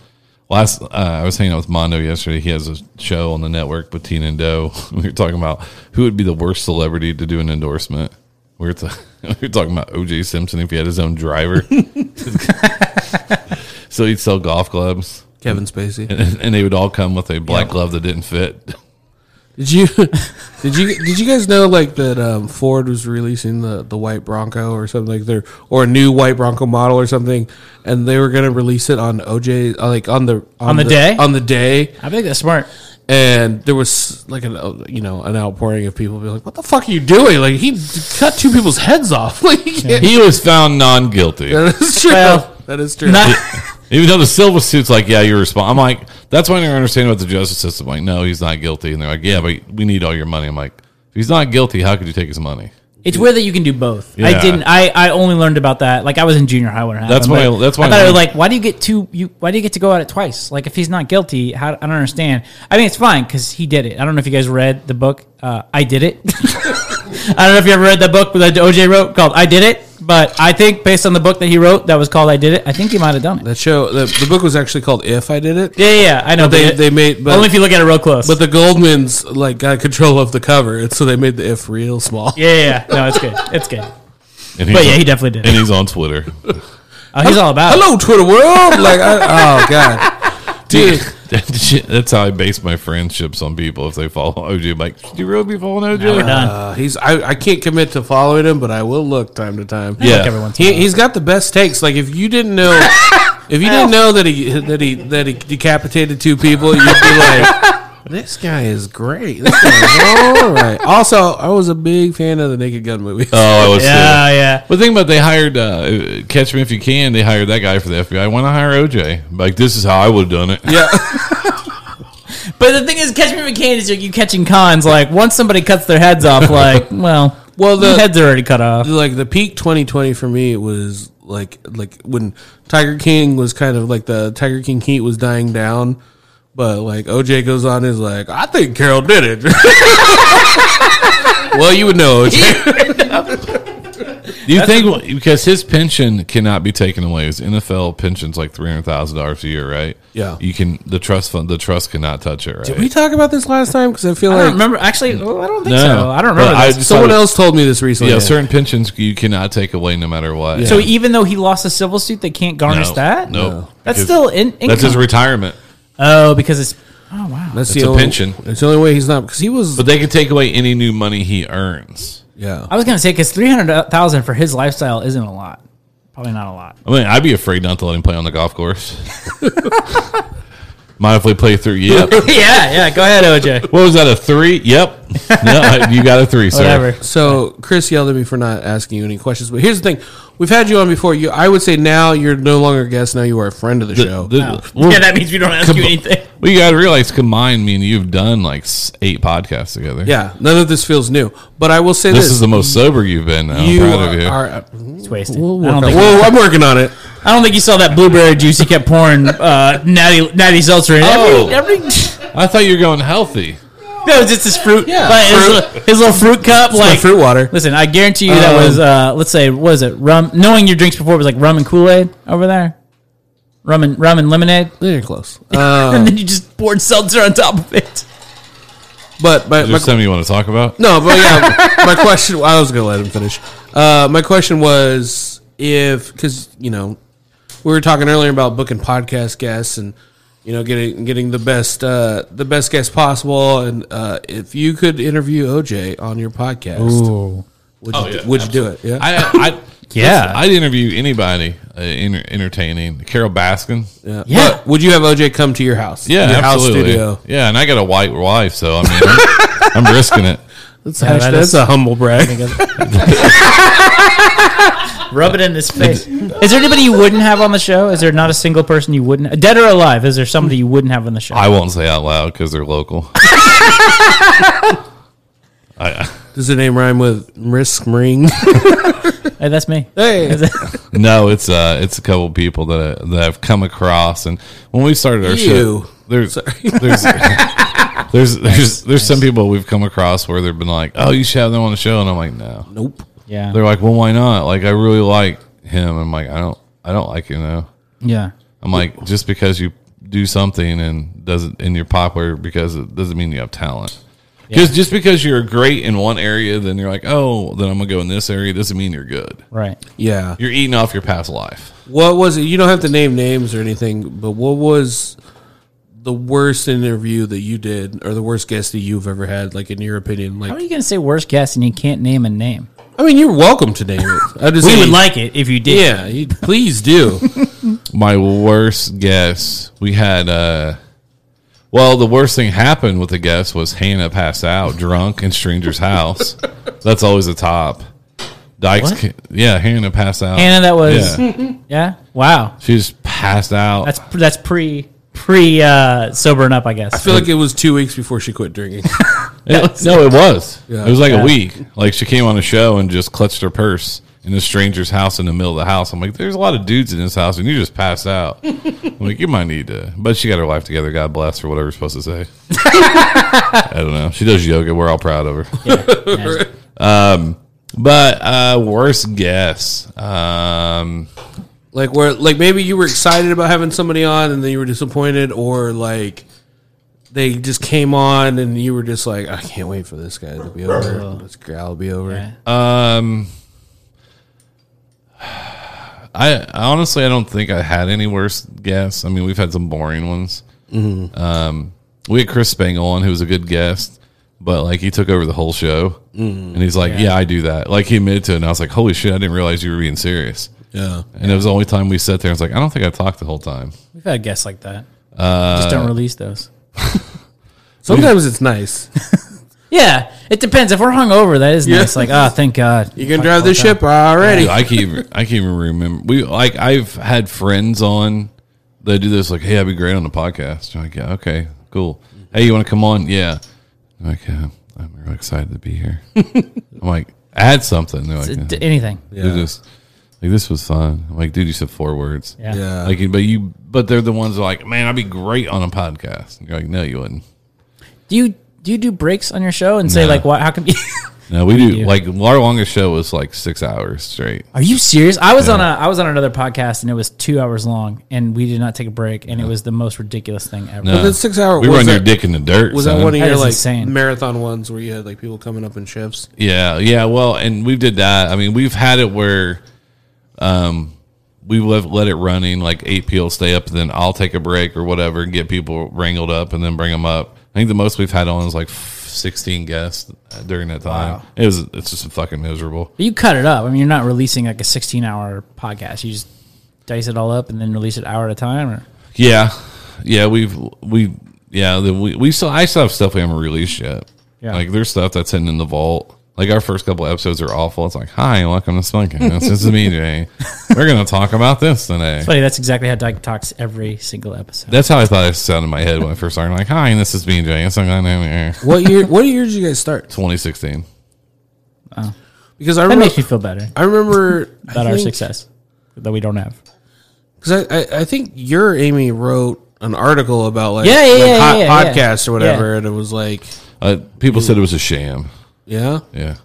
D: Last uh, I was hanging out with Mondo yesterday. He has a show on the network with Tina and Doe. We were talking about who would be the worst celebrity to do an endorsement. We were, t- we were talking about OJ Simpson if he had his own driver. so he'd sell golf clubs,
B: Kevin Spacey.
D: and, and they would all come with a black glove that didn't fit.
B: Did you did you did you guys know like that um, Ford was releasing the, the white Bronco or something like their or a new white Bronco model or something, and they were gonna release it on OJ uh, like on the on,
C: the day?
B: on the day,
C: I think that's smart.
B: and there was like an uh, you know an outpouring of people being like, "What the fuck are you doing? Like he cut two people's heads off." Like you can't-
D: He was found non guilty.
B: that is true.
C: Well,
B: that is true.
C: Not,
D: Even though the Silva suit's like, yeah, you're responsible. I'm like, that's why I don't understand about the justice system. Like, no, he's not guilty. And they're like, yeah, but we need all your money. I'm like, if he's not guilty, how could you take his money?
C: It's weird that you can do both.
D: Yeah.
C: I didn't. I, I only learned about that. Like I was in junior high when it happened.
D: That's why-
C: but
D: that's why
C: I thought
D: I
C: it was
D: learned-
C: like, why do you get two? You why do you get to go at it twice? Like if he's not guilty, how, I don't understand. I mean, it's fine because he did it. I don't know if you guys read the book. Uh, I did it. I don't know if you ever read that book that OJ wrote called "I Did It," but I think based on the book that he wrote that was called "I Did It," I think he might have done it.
B: That show, the, the book was actually called "If I Did It,"
C: Yeah, yeah, yeah, I know.
B: they-
C: it-
B: they made- but-
C: only if you look at it real close.
B: but the Goldmans like got control of the cover, and so they made the "If" real small.
C: yeah, yeah, yeah. no, it's good. It's good.
D: And he's
C: But yeah,
D: on-
C: he definitely did.
D: And he's on Twitter.
C: Oh, he's all about. it.
B: Hello, Twitter world. Like, I, oh god, dude.
D: that's how I base my friendships on people if they follow OJ. I'm like, do you really be following OJ?
B: Uh, he's I, I can't commit to following him, but I will look time to time.
D: Yeah.
C: Like everyone's.
B: He, he's got the best takes. Like if you didn't know, if you didn't know that he that he that he decapitated two people, you'd be like, "This guy is great. This guy is all right." Also, I was a big fan of the Naked Gun movie.
D: Oh, I was.
C: Yeah, yeah.
D: But think about it, they hired uh, Catch Me If You Can. They hired that guy for the FBI. Why not hire OJ? Like this is how I would have done it.
B: yeah,
C: But the thing is, Catch Me If You Can is like you catching cons. Like once somebody cuts their heads off, like well,
B: Well, the-
C: your heads are already cut off.
B: like the peak 2020 for me was like like when Tiger King was kind of like the Tiger King heat was dying down. But like OJ goes on is like, I think Carol did it. well, you would know. OJ.
D: Do you think because his pension cannot be taken away? His NFL pension's like three hundred thousand dollars a year, right?
B: Yeah.
D: You can the trust fund the trust cannot touch it, right?
B: Did we talk about this last time? Because I feel
C: I
B: like
C: don't remember. Actually, well, I don't think
D: No.
C: so. I don't remember.
D: But I
C: this.
D: just-
B: someone else told me this recently.
D: yeah, certain pensions you cannot take away no matter what.
C: so even though he lost a civil suit, they can't garnish that.
D: No.
C: that's
D: Because
C: still in. Income.
D: that's his retirement.
C: oh, because it's oh wow.
B: That's
D: It's
B: the
D: a
B: only,
D: pension.
B: It's the only way he's not because he was.
D: But they can take away any new money he earns.
B: yeah,
C: I was gonna say because three hundred thousand for his lifestyle isn't a lot. Probably not a lot.
D: I mean, I'd be afraid not to let him play on the golf course. Mind if we play through? Yep.
C: yeah, yeah. Go ahead, OJ.
D: What was that? A three? Yep. No, you got a three, sir.
C: Whatever.
B: So Chris yelled at me for not asking you any questions. But here's the thing: we've had you on before. You, I would say now you're no longer a guest. Now you are a friend of the,
D: The-
B: show.
D: the-
C: yeah, that means we don't ask you anything.
D: Well, you got to realize, combined, me and you've done like s- eight podcasts together.
B: yeah, none of this feels new. But I will say
D: This
B: this:
D: is the most sober you've been. I'm
B: you
D: proud of you.
B: are. are
C: It's wasted.
B: we'll work
C: I don't
B: on-
C: think.
B: well, I'm working on it.
C: I don't think you saw that blueberry juice he kept pouring uh, natty natty seltzer in.
D: Oh.
C: Every, every
D: I thought you were going healthy.
C: No, it's just his fruit.
B: Yeah.
C: Like, his li- His, little fruit cup.
B: my
C: like
B: fruit water. Um,
C: Listen, I guarantee you that was uh, let's say what is it rum? Knowing your drinks before was like rum and Kool Aid over there, rum and rum and lemonade,
B: You're close. Uh,
C: and then you just poured seltzer on top of it.
B: but but
D: Is
B: my,
D: there something you want to talk about?
B: No, but yeah, my question. I was gonna let him finish. Uh, my question was if because you know we were talking earlier about booking podcast guests and you know getting getting the best uh, the best guest possible, and uh, if you could interview OJ on your podcast, would you,
D: Oh, yeah,
B: would you do it? Yeah,
D: I, I
C: Yeah.
D: I'd interview anybody uh, enter- entertaining. Carol Baskin.
B: yeah.
C: Yeah.
B: But would you have OJ come to your house?
D: Yeah,
B: your
D: absolutely. Yeah, and I got a white wife, so I mean, I'm, I'm risking it.
B: That's,
C: Yeah, that
B: that's
C: is-
B: a humble brag.
C: Rub it in his face. is there anybody you wouldn't have on the show? Is there not a single person you wouldn't, dead or alive? Is there somebody you wouldn't have on the show?
D: I won't say out loud because they're local. I,
B: Does the name rhyme with risk ring?
C: Hey, that's me.
B: hey,
D: no, it's uh, it's a couple people that I, that I've come across, and when we started our
B: Ew.
D: show, there's there's there's there's, there's some people we've come across where they've been like, oh, you should have them on the show, and I'm like, no,
B: nope.
C: Yeah.
D: they're like, well, why not? Like, I really like him. I'm like, I don't, I don't like you know.
C: yeah.
D: I'm like, just because you do something and doesn't and you're popular because it doesn't mean you have talent. Because just because you're great in one area, then you're like, oh, then I'm gonna go in this area. Doesn't mean you're good.
C: Right.
B: Yeah.
D: You're eating off your past life.
B: What was it? You don't have to name names or anything, but what was the worst interview that you did, or the worst guest that you've ever had? Like in your opinion,
C: How are
B: like
C: you gonna say worst guest and you can't name a name?
B: I mean, you're welcome to name it. I just
C: We
B: mean-
C: would like it if you did.
B: yeah, you, please do.
D: My worst guess, we had. uh Well, the worst thing happened with the guest was Hannah passed out drunk in stranger's house. That's always the top. Dykes,
C: What?
D: ca- yeah, Hannah passed out.
C: Hannah, that was
D: Yeah.
C: yeah. Wow,
D: she's passed out.
C: that's that's pre pre uh, sobering up, I guess.
B: I feel like it was two weeks before she quit drinking.
D: It- no, it was.
B: Yeah.
D: It was like
C: Yeah.
D: a week. Like she came on a show and just clutched her purse in a stranger's house in the middle of the house. I'm like, there's a lot of dudes in this house, and you just passed out. I'm like, you might need to. But she got her life together. God bless her. Whatever you're supposed to say. I don't know. She does yoga. We're all proud of her. um, but uh, worst guess. Um,
B: like where like maybe you were excited about having somebody on and then you were disappointed or like they just came on and you were just like I can't wait for this guy to be over. This gal to be over.
C: Yeah.
D: Um, I I honestly I don't think I had any worse guess. I mean, we've had some boring ones. Um, we had Chris Spangle on, who was a good guest, but like he took over the whole show, and he's like, "Yeah, I do that." Like he admitted to it, and I was like, "Holy shit, I didn't realize you were being serious."
B: Yeah.
D: And it was the only time we sat there. I was like, "I don't think I talked the whole time."
C: We've had guests like that.
B: Uh,
C: Just don't release those.
B: Sometimes it's nice.
C: Yeah, it depends. If we're hungover, that is
B: Yeah.
C: nice. Like, ah, thank God.
B: You can drive this ship already.
D: Dude, I can't even, I can't even remember. We like I've had friends on that do this like, hey, I'd be great on the podcast. I'm like, yeah, okay, cool. Hey, you want to come on? Yeah. I'm like, yeah, I'm really excited to be here. I'm like, add something. They're like,
C: D- d-
D: yeah.
C: anything.
D: They're just like this was fun. I'm like, dude, you said four words.
C: Yeah.
B: yeah.
D: Like, but you, but they're the ones that are like, man, I'd be great on a podcast. And you're like, no, you wouldn't.
C: Do you do you do breaks on your show and say
D: No.
C: like, what? How come? You-
D: No, we do.
C: do.
D: Like our longest show was like six hours straight.
C: Are you serious? I was on a I was on another podcast and it was two hours long and we did not take a break and it was the most ridiculous thing ever.
D: No.
B: that's six hour-
D: We
B: was
D: run your
B: that-
D: dick in the dirt.
B: was that
D: son.
B: one of
C: That
B: your
C: is
B: like
C: insane.
B: marathon ones where you had like people coming up in shifts?
D: Yeah, yeah. Well, and we did that. I mean, we've had it where, um, we left, let it running like eight people stay up, and then I'll take a break or whatever, and get people wrangled up, and then bring them up. I think the most we've had on is like sixteen guests during that time. It was it's just fucking miserable.
C: But you cut it up. I mean, you're not releasing like a 16 hour podcast. You just dice it all up and then release it hour at a time. Or
D: Yeah, yeah. We've we yeah. Then we we still I still have stuff we haven't released yet.
C: Yeah.
D: Like there's stuff that's hidden in the vault. Like our first couple episodes are awful. It's like, hi, welcome to Spunking. This is me today. We're gonna talk about this today.
C: funny, that's exactly how Dyke talks every single episode.
D: That's how I thought it sounded in my head when I first started. Like, hi, and this is me, Jay. It's like, I know you're here."
B: What year what year did you guys start?
D: 2016.
B: Because I
C: that
B: remember
C: makes me feel better
B: I remember
C: about our success that we don't have.
B: Because I, I, I think your Amy wrote an article about like,
C: Yeah, yeah,
B: like
C: yeah,
B: hot
C: yeah, yeah.
B: podcasts or whatever, and it was like,
D: Uh, people said it was a sham.
B: yeah,
D: Yeah.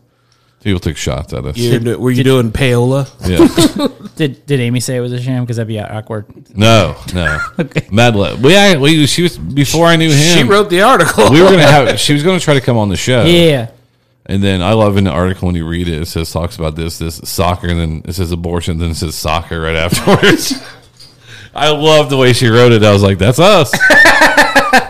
D: People took shots at us.
B: you do- were you doing payola?
D: Yeah.
C: Did Did Amy say it was a sham? Because that'd be awkward.
D: No, no. Mad Love. We, I, we, she was, before I knew him,
B: She wrote the article.
D: we were going to have, she was going to try to come on the show.
C: Yeah.
D: And then I love in the article when you read it, it says, talks about this, this soccer, and then it says abortion, then it says soccer right afterwards. I love the way she wrote it. I was like, that's us.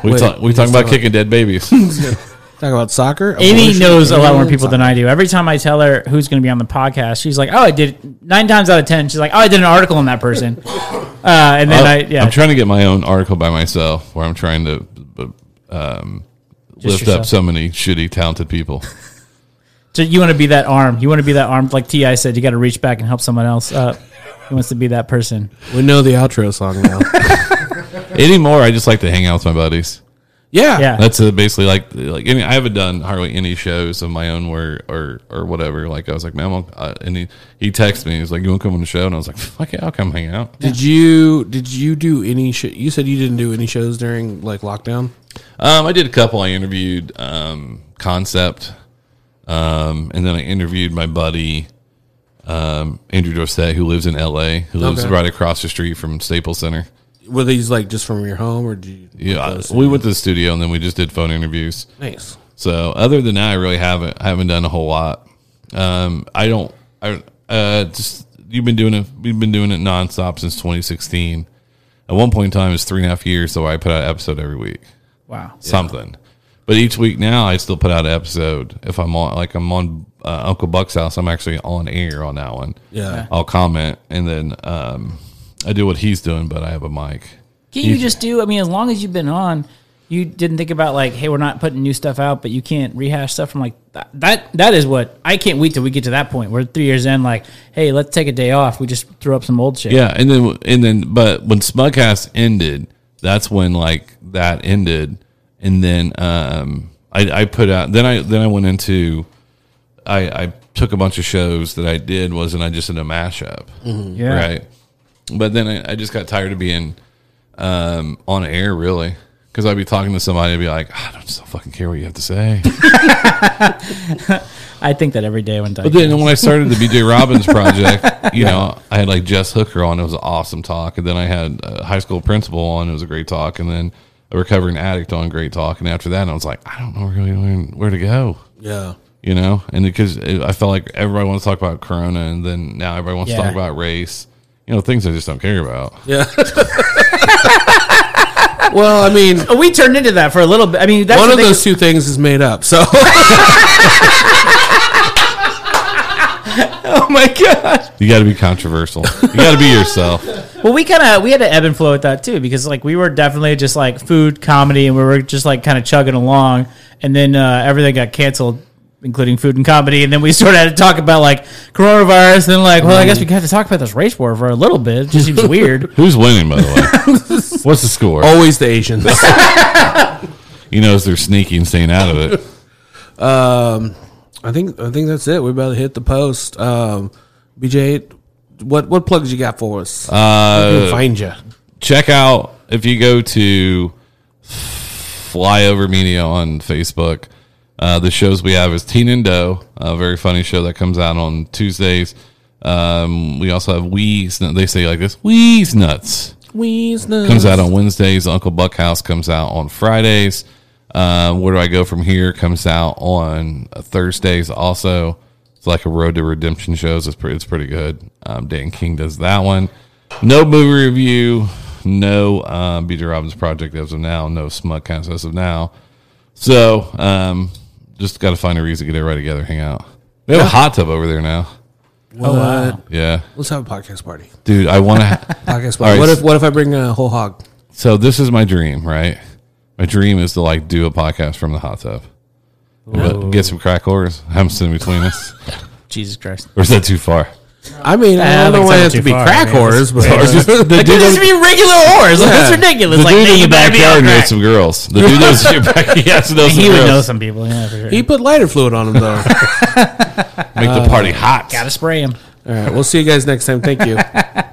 D: we
B: Wait,
D: talk, we
B: let's
D: talking about
B: talk-
D: kicking dead babies.
B: Talk about soccer.
C: Amy
B: abortion,
C: knows a lot more
B: and
C: people than I do. Every time I tell her who's going to be on the podcast, she's like, "Oh, I did." Nine times out of ten, she's like, "Oh, I did an article on that person," uh, and then I,
D: I'm-
C: yeah,
D: I'm trying to get my own article by myself where I'm trying to uh, um, lift
C: yourself.
D: up so many shitty talented people.
C: so you want to be that arm. You want to be that arm, like Ti said. You got to reach back and help someone else up. Who wants to be that person?
B: soccer. We know the outro song now.
D: Anymore, I just like to hang out with my buddies.
B: yeah,
C: Yeah,
D: That's uh, basically like like any, I haven't done hardly any shows of my own where or or whatever. Like I was like, man, I'm, uh, and he he texted me. He's like, you want to come on the show? And I was like, fuck yeah, I'll come hang out.
B: Did you did you do any? Sh- you said you didn't do any shows during like lockdown.
D: Um, I did a couple. I interviewed um, Concept, um, and then I interviewed my buddy um, Andrew Dorset, who lives in L.A., who lives
B: Okay.
D: right across the street from Staples Center.
B: Were these like just from your home or did you?
D: Yeah, I-
B: those-
D: we went to the studio and then we just did phone interviews.
B: nice.
D: So other than that, I really haven't I haven't done a whole lot. Um, I don't. I uh, just you've been doing it. We've been doing it nonstop since 2016. At one point in time, it's three and a half years, so I put out an episode every week.
C: wow.
D: something. But each week now, I still put out an episode. If I'm on, like I'm on uh, Uncle Buck's house, I'm actually on air on that one.
B: Yeah.
D: I'll comment, and then um, I do what he's doing, but I have a mic.
C: Can you just do? I mean, as long as you've been on, you didn't think about like, hey, we're not putting new stuff out, but you can't rehash stuff from like that. That, that is what I can't wait till we get to that point. We're three years in, like, hey, let's take a day off. We just threw up some old shit.
D: Yeah, and then and then, but when Smugcast ended, that's when like that ended, and then um, I, I put out. Then I then I went into, I I took a bunch of shows that I did was and I just did a mashup,
C: yeah.
D: right? But then I, I just got tired of being um, on air really. Because I'd be talking to somebody and be like, "Ah, I don't still fucking care what you have to say.
C: I think that every day when I
D: But then when I started the BJ Robbins project, you know, I had like Jess Hooker on. It was an awesome talk. And then I had a high school principal on. It was a great talk. And then a recovering addict on. Great talk. And after that, I was like, I don't know really where, where to go,
B: Yeah.
D: you know? And because it, I felt like everybody wants to talk about Corona. And then now everybody wants
C: Yeah.
D: to talk about race, you know, things I just don't care about.
B: Well, I mean,
C: Oh, we turned into that for a little bit. I mean, that's
B: one
C: the
B: of
C: thing-
B: those two things is made up. So
C: Oh my god.
D: You got to be controversial, you got to be yourself.
C: Well, we kind of we had to ebb and flow with that too because like we were definitely just like food comedy and we were just like kind of chugging along, and then uh, everything got canceled, including food and comedy, and then we sort of had to talk about like coronavirus. And then like, well, I guess we have to talk about this race war for a little bit. It just seems weird.
D: Who's winning, by the way? What's the score?
B: always the Asians.
D: You know, they're sneaky and staying out of it.
B: I think I think that's it. We're about to hit the post. Um, BJ, what what plugs you got for us? Uh, we can find you.
D: check out if you go to Flyover Media on Facebook. Uh, the shows we have is Teen and Doe, a very funny show that comes out on Tuesdays. Um, we also have Wheeze. They say it like this, Wheeze Nuts comes out on Wednesdays. Uncle Buck House comes out on Fridays. Uh, Where do I go from here? Comes out on Thursdays. Also, it's like a Road to Redemption shows. It's pretty. It's pretty good. Um, Dan King does that one. No movie review. No um, B.J. Robbins project as of now. No Smutcast as of now. So um, just got to find a reason to get everybody together, hang out. They have a hot tub over there now.
B: What?
D: Yeah,
B: Let's have a podcast party.
D: dude. I want to.
B: Podcast party.
D: All right.
B: What if what if I bring a whole hog?
D: so this is my dream, right? My dream is to like do a podcast from the hot tub, but get some crack orders. Have them sit in between us,
C: Jesus Christ.
D: or is that too far?
B: I mean,
C: I
B: I don't
C: think
B: know why
C: so
B: it has
C: too
B: to be
C: far.
B: crack
C: I mean,
B: whores, but
D: Or just the dude,
C: Dude,
D: that-
C: this be regular whores. Like, that's
D: Yeah.
C: ridiculous.
D: the
C: Like,
D: dude
C: nigga,
D: in
C: you
D: the
C: better be on
D: backyard knows
C: crack.
D: some girls. The dude knows your back. He has to know some
C: He would
D: girls.
C: know some people. Yeah, for sure.
B: he put lighter fluid on them though.
D: Make the party hot.
C: Gotta spray him.
B: All right, we'll see you guys next time. Thank you.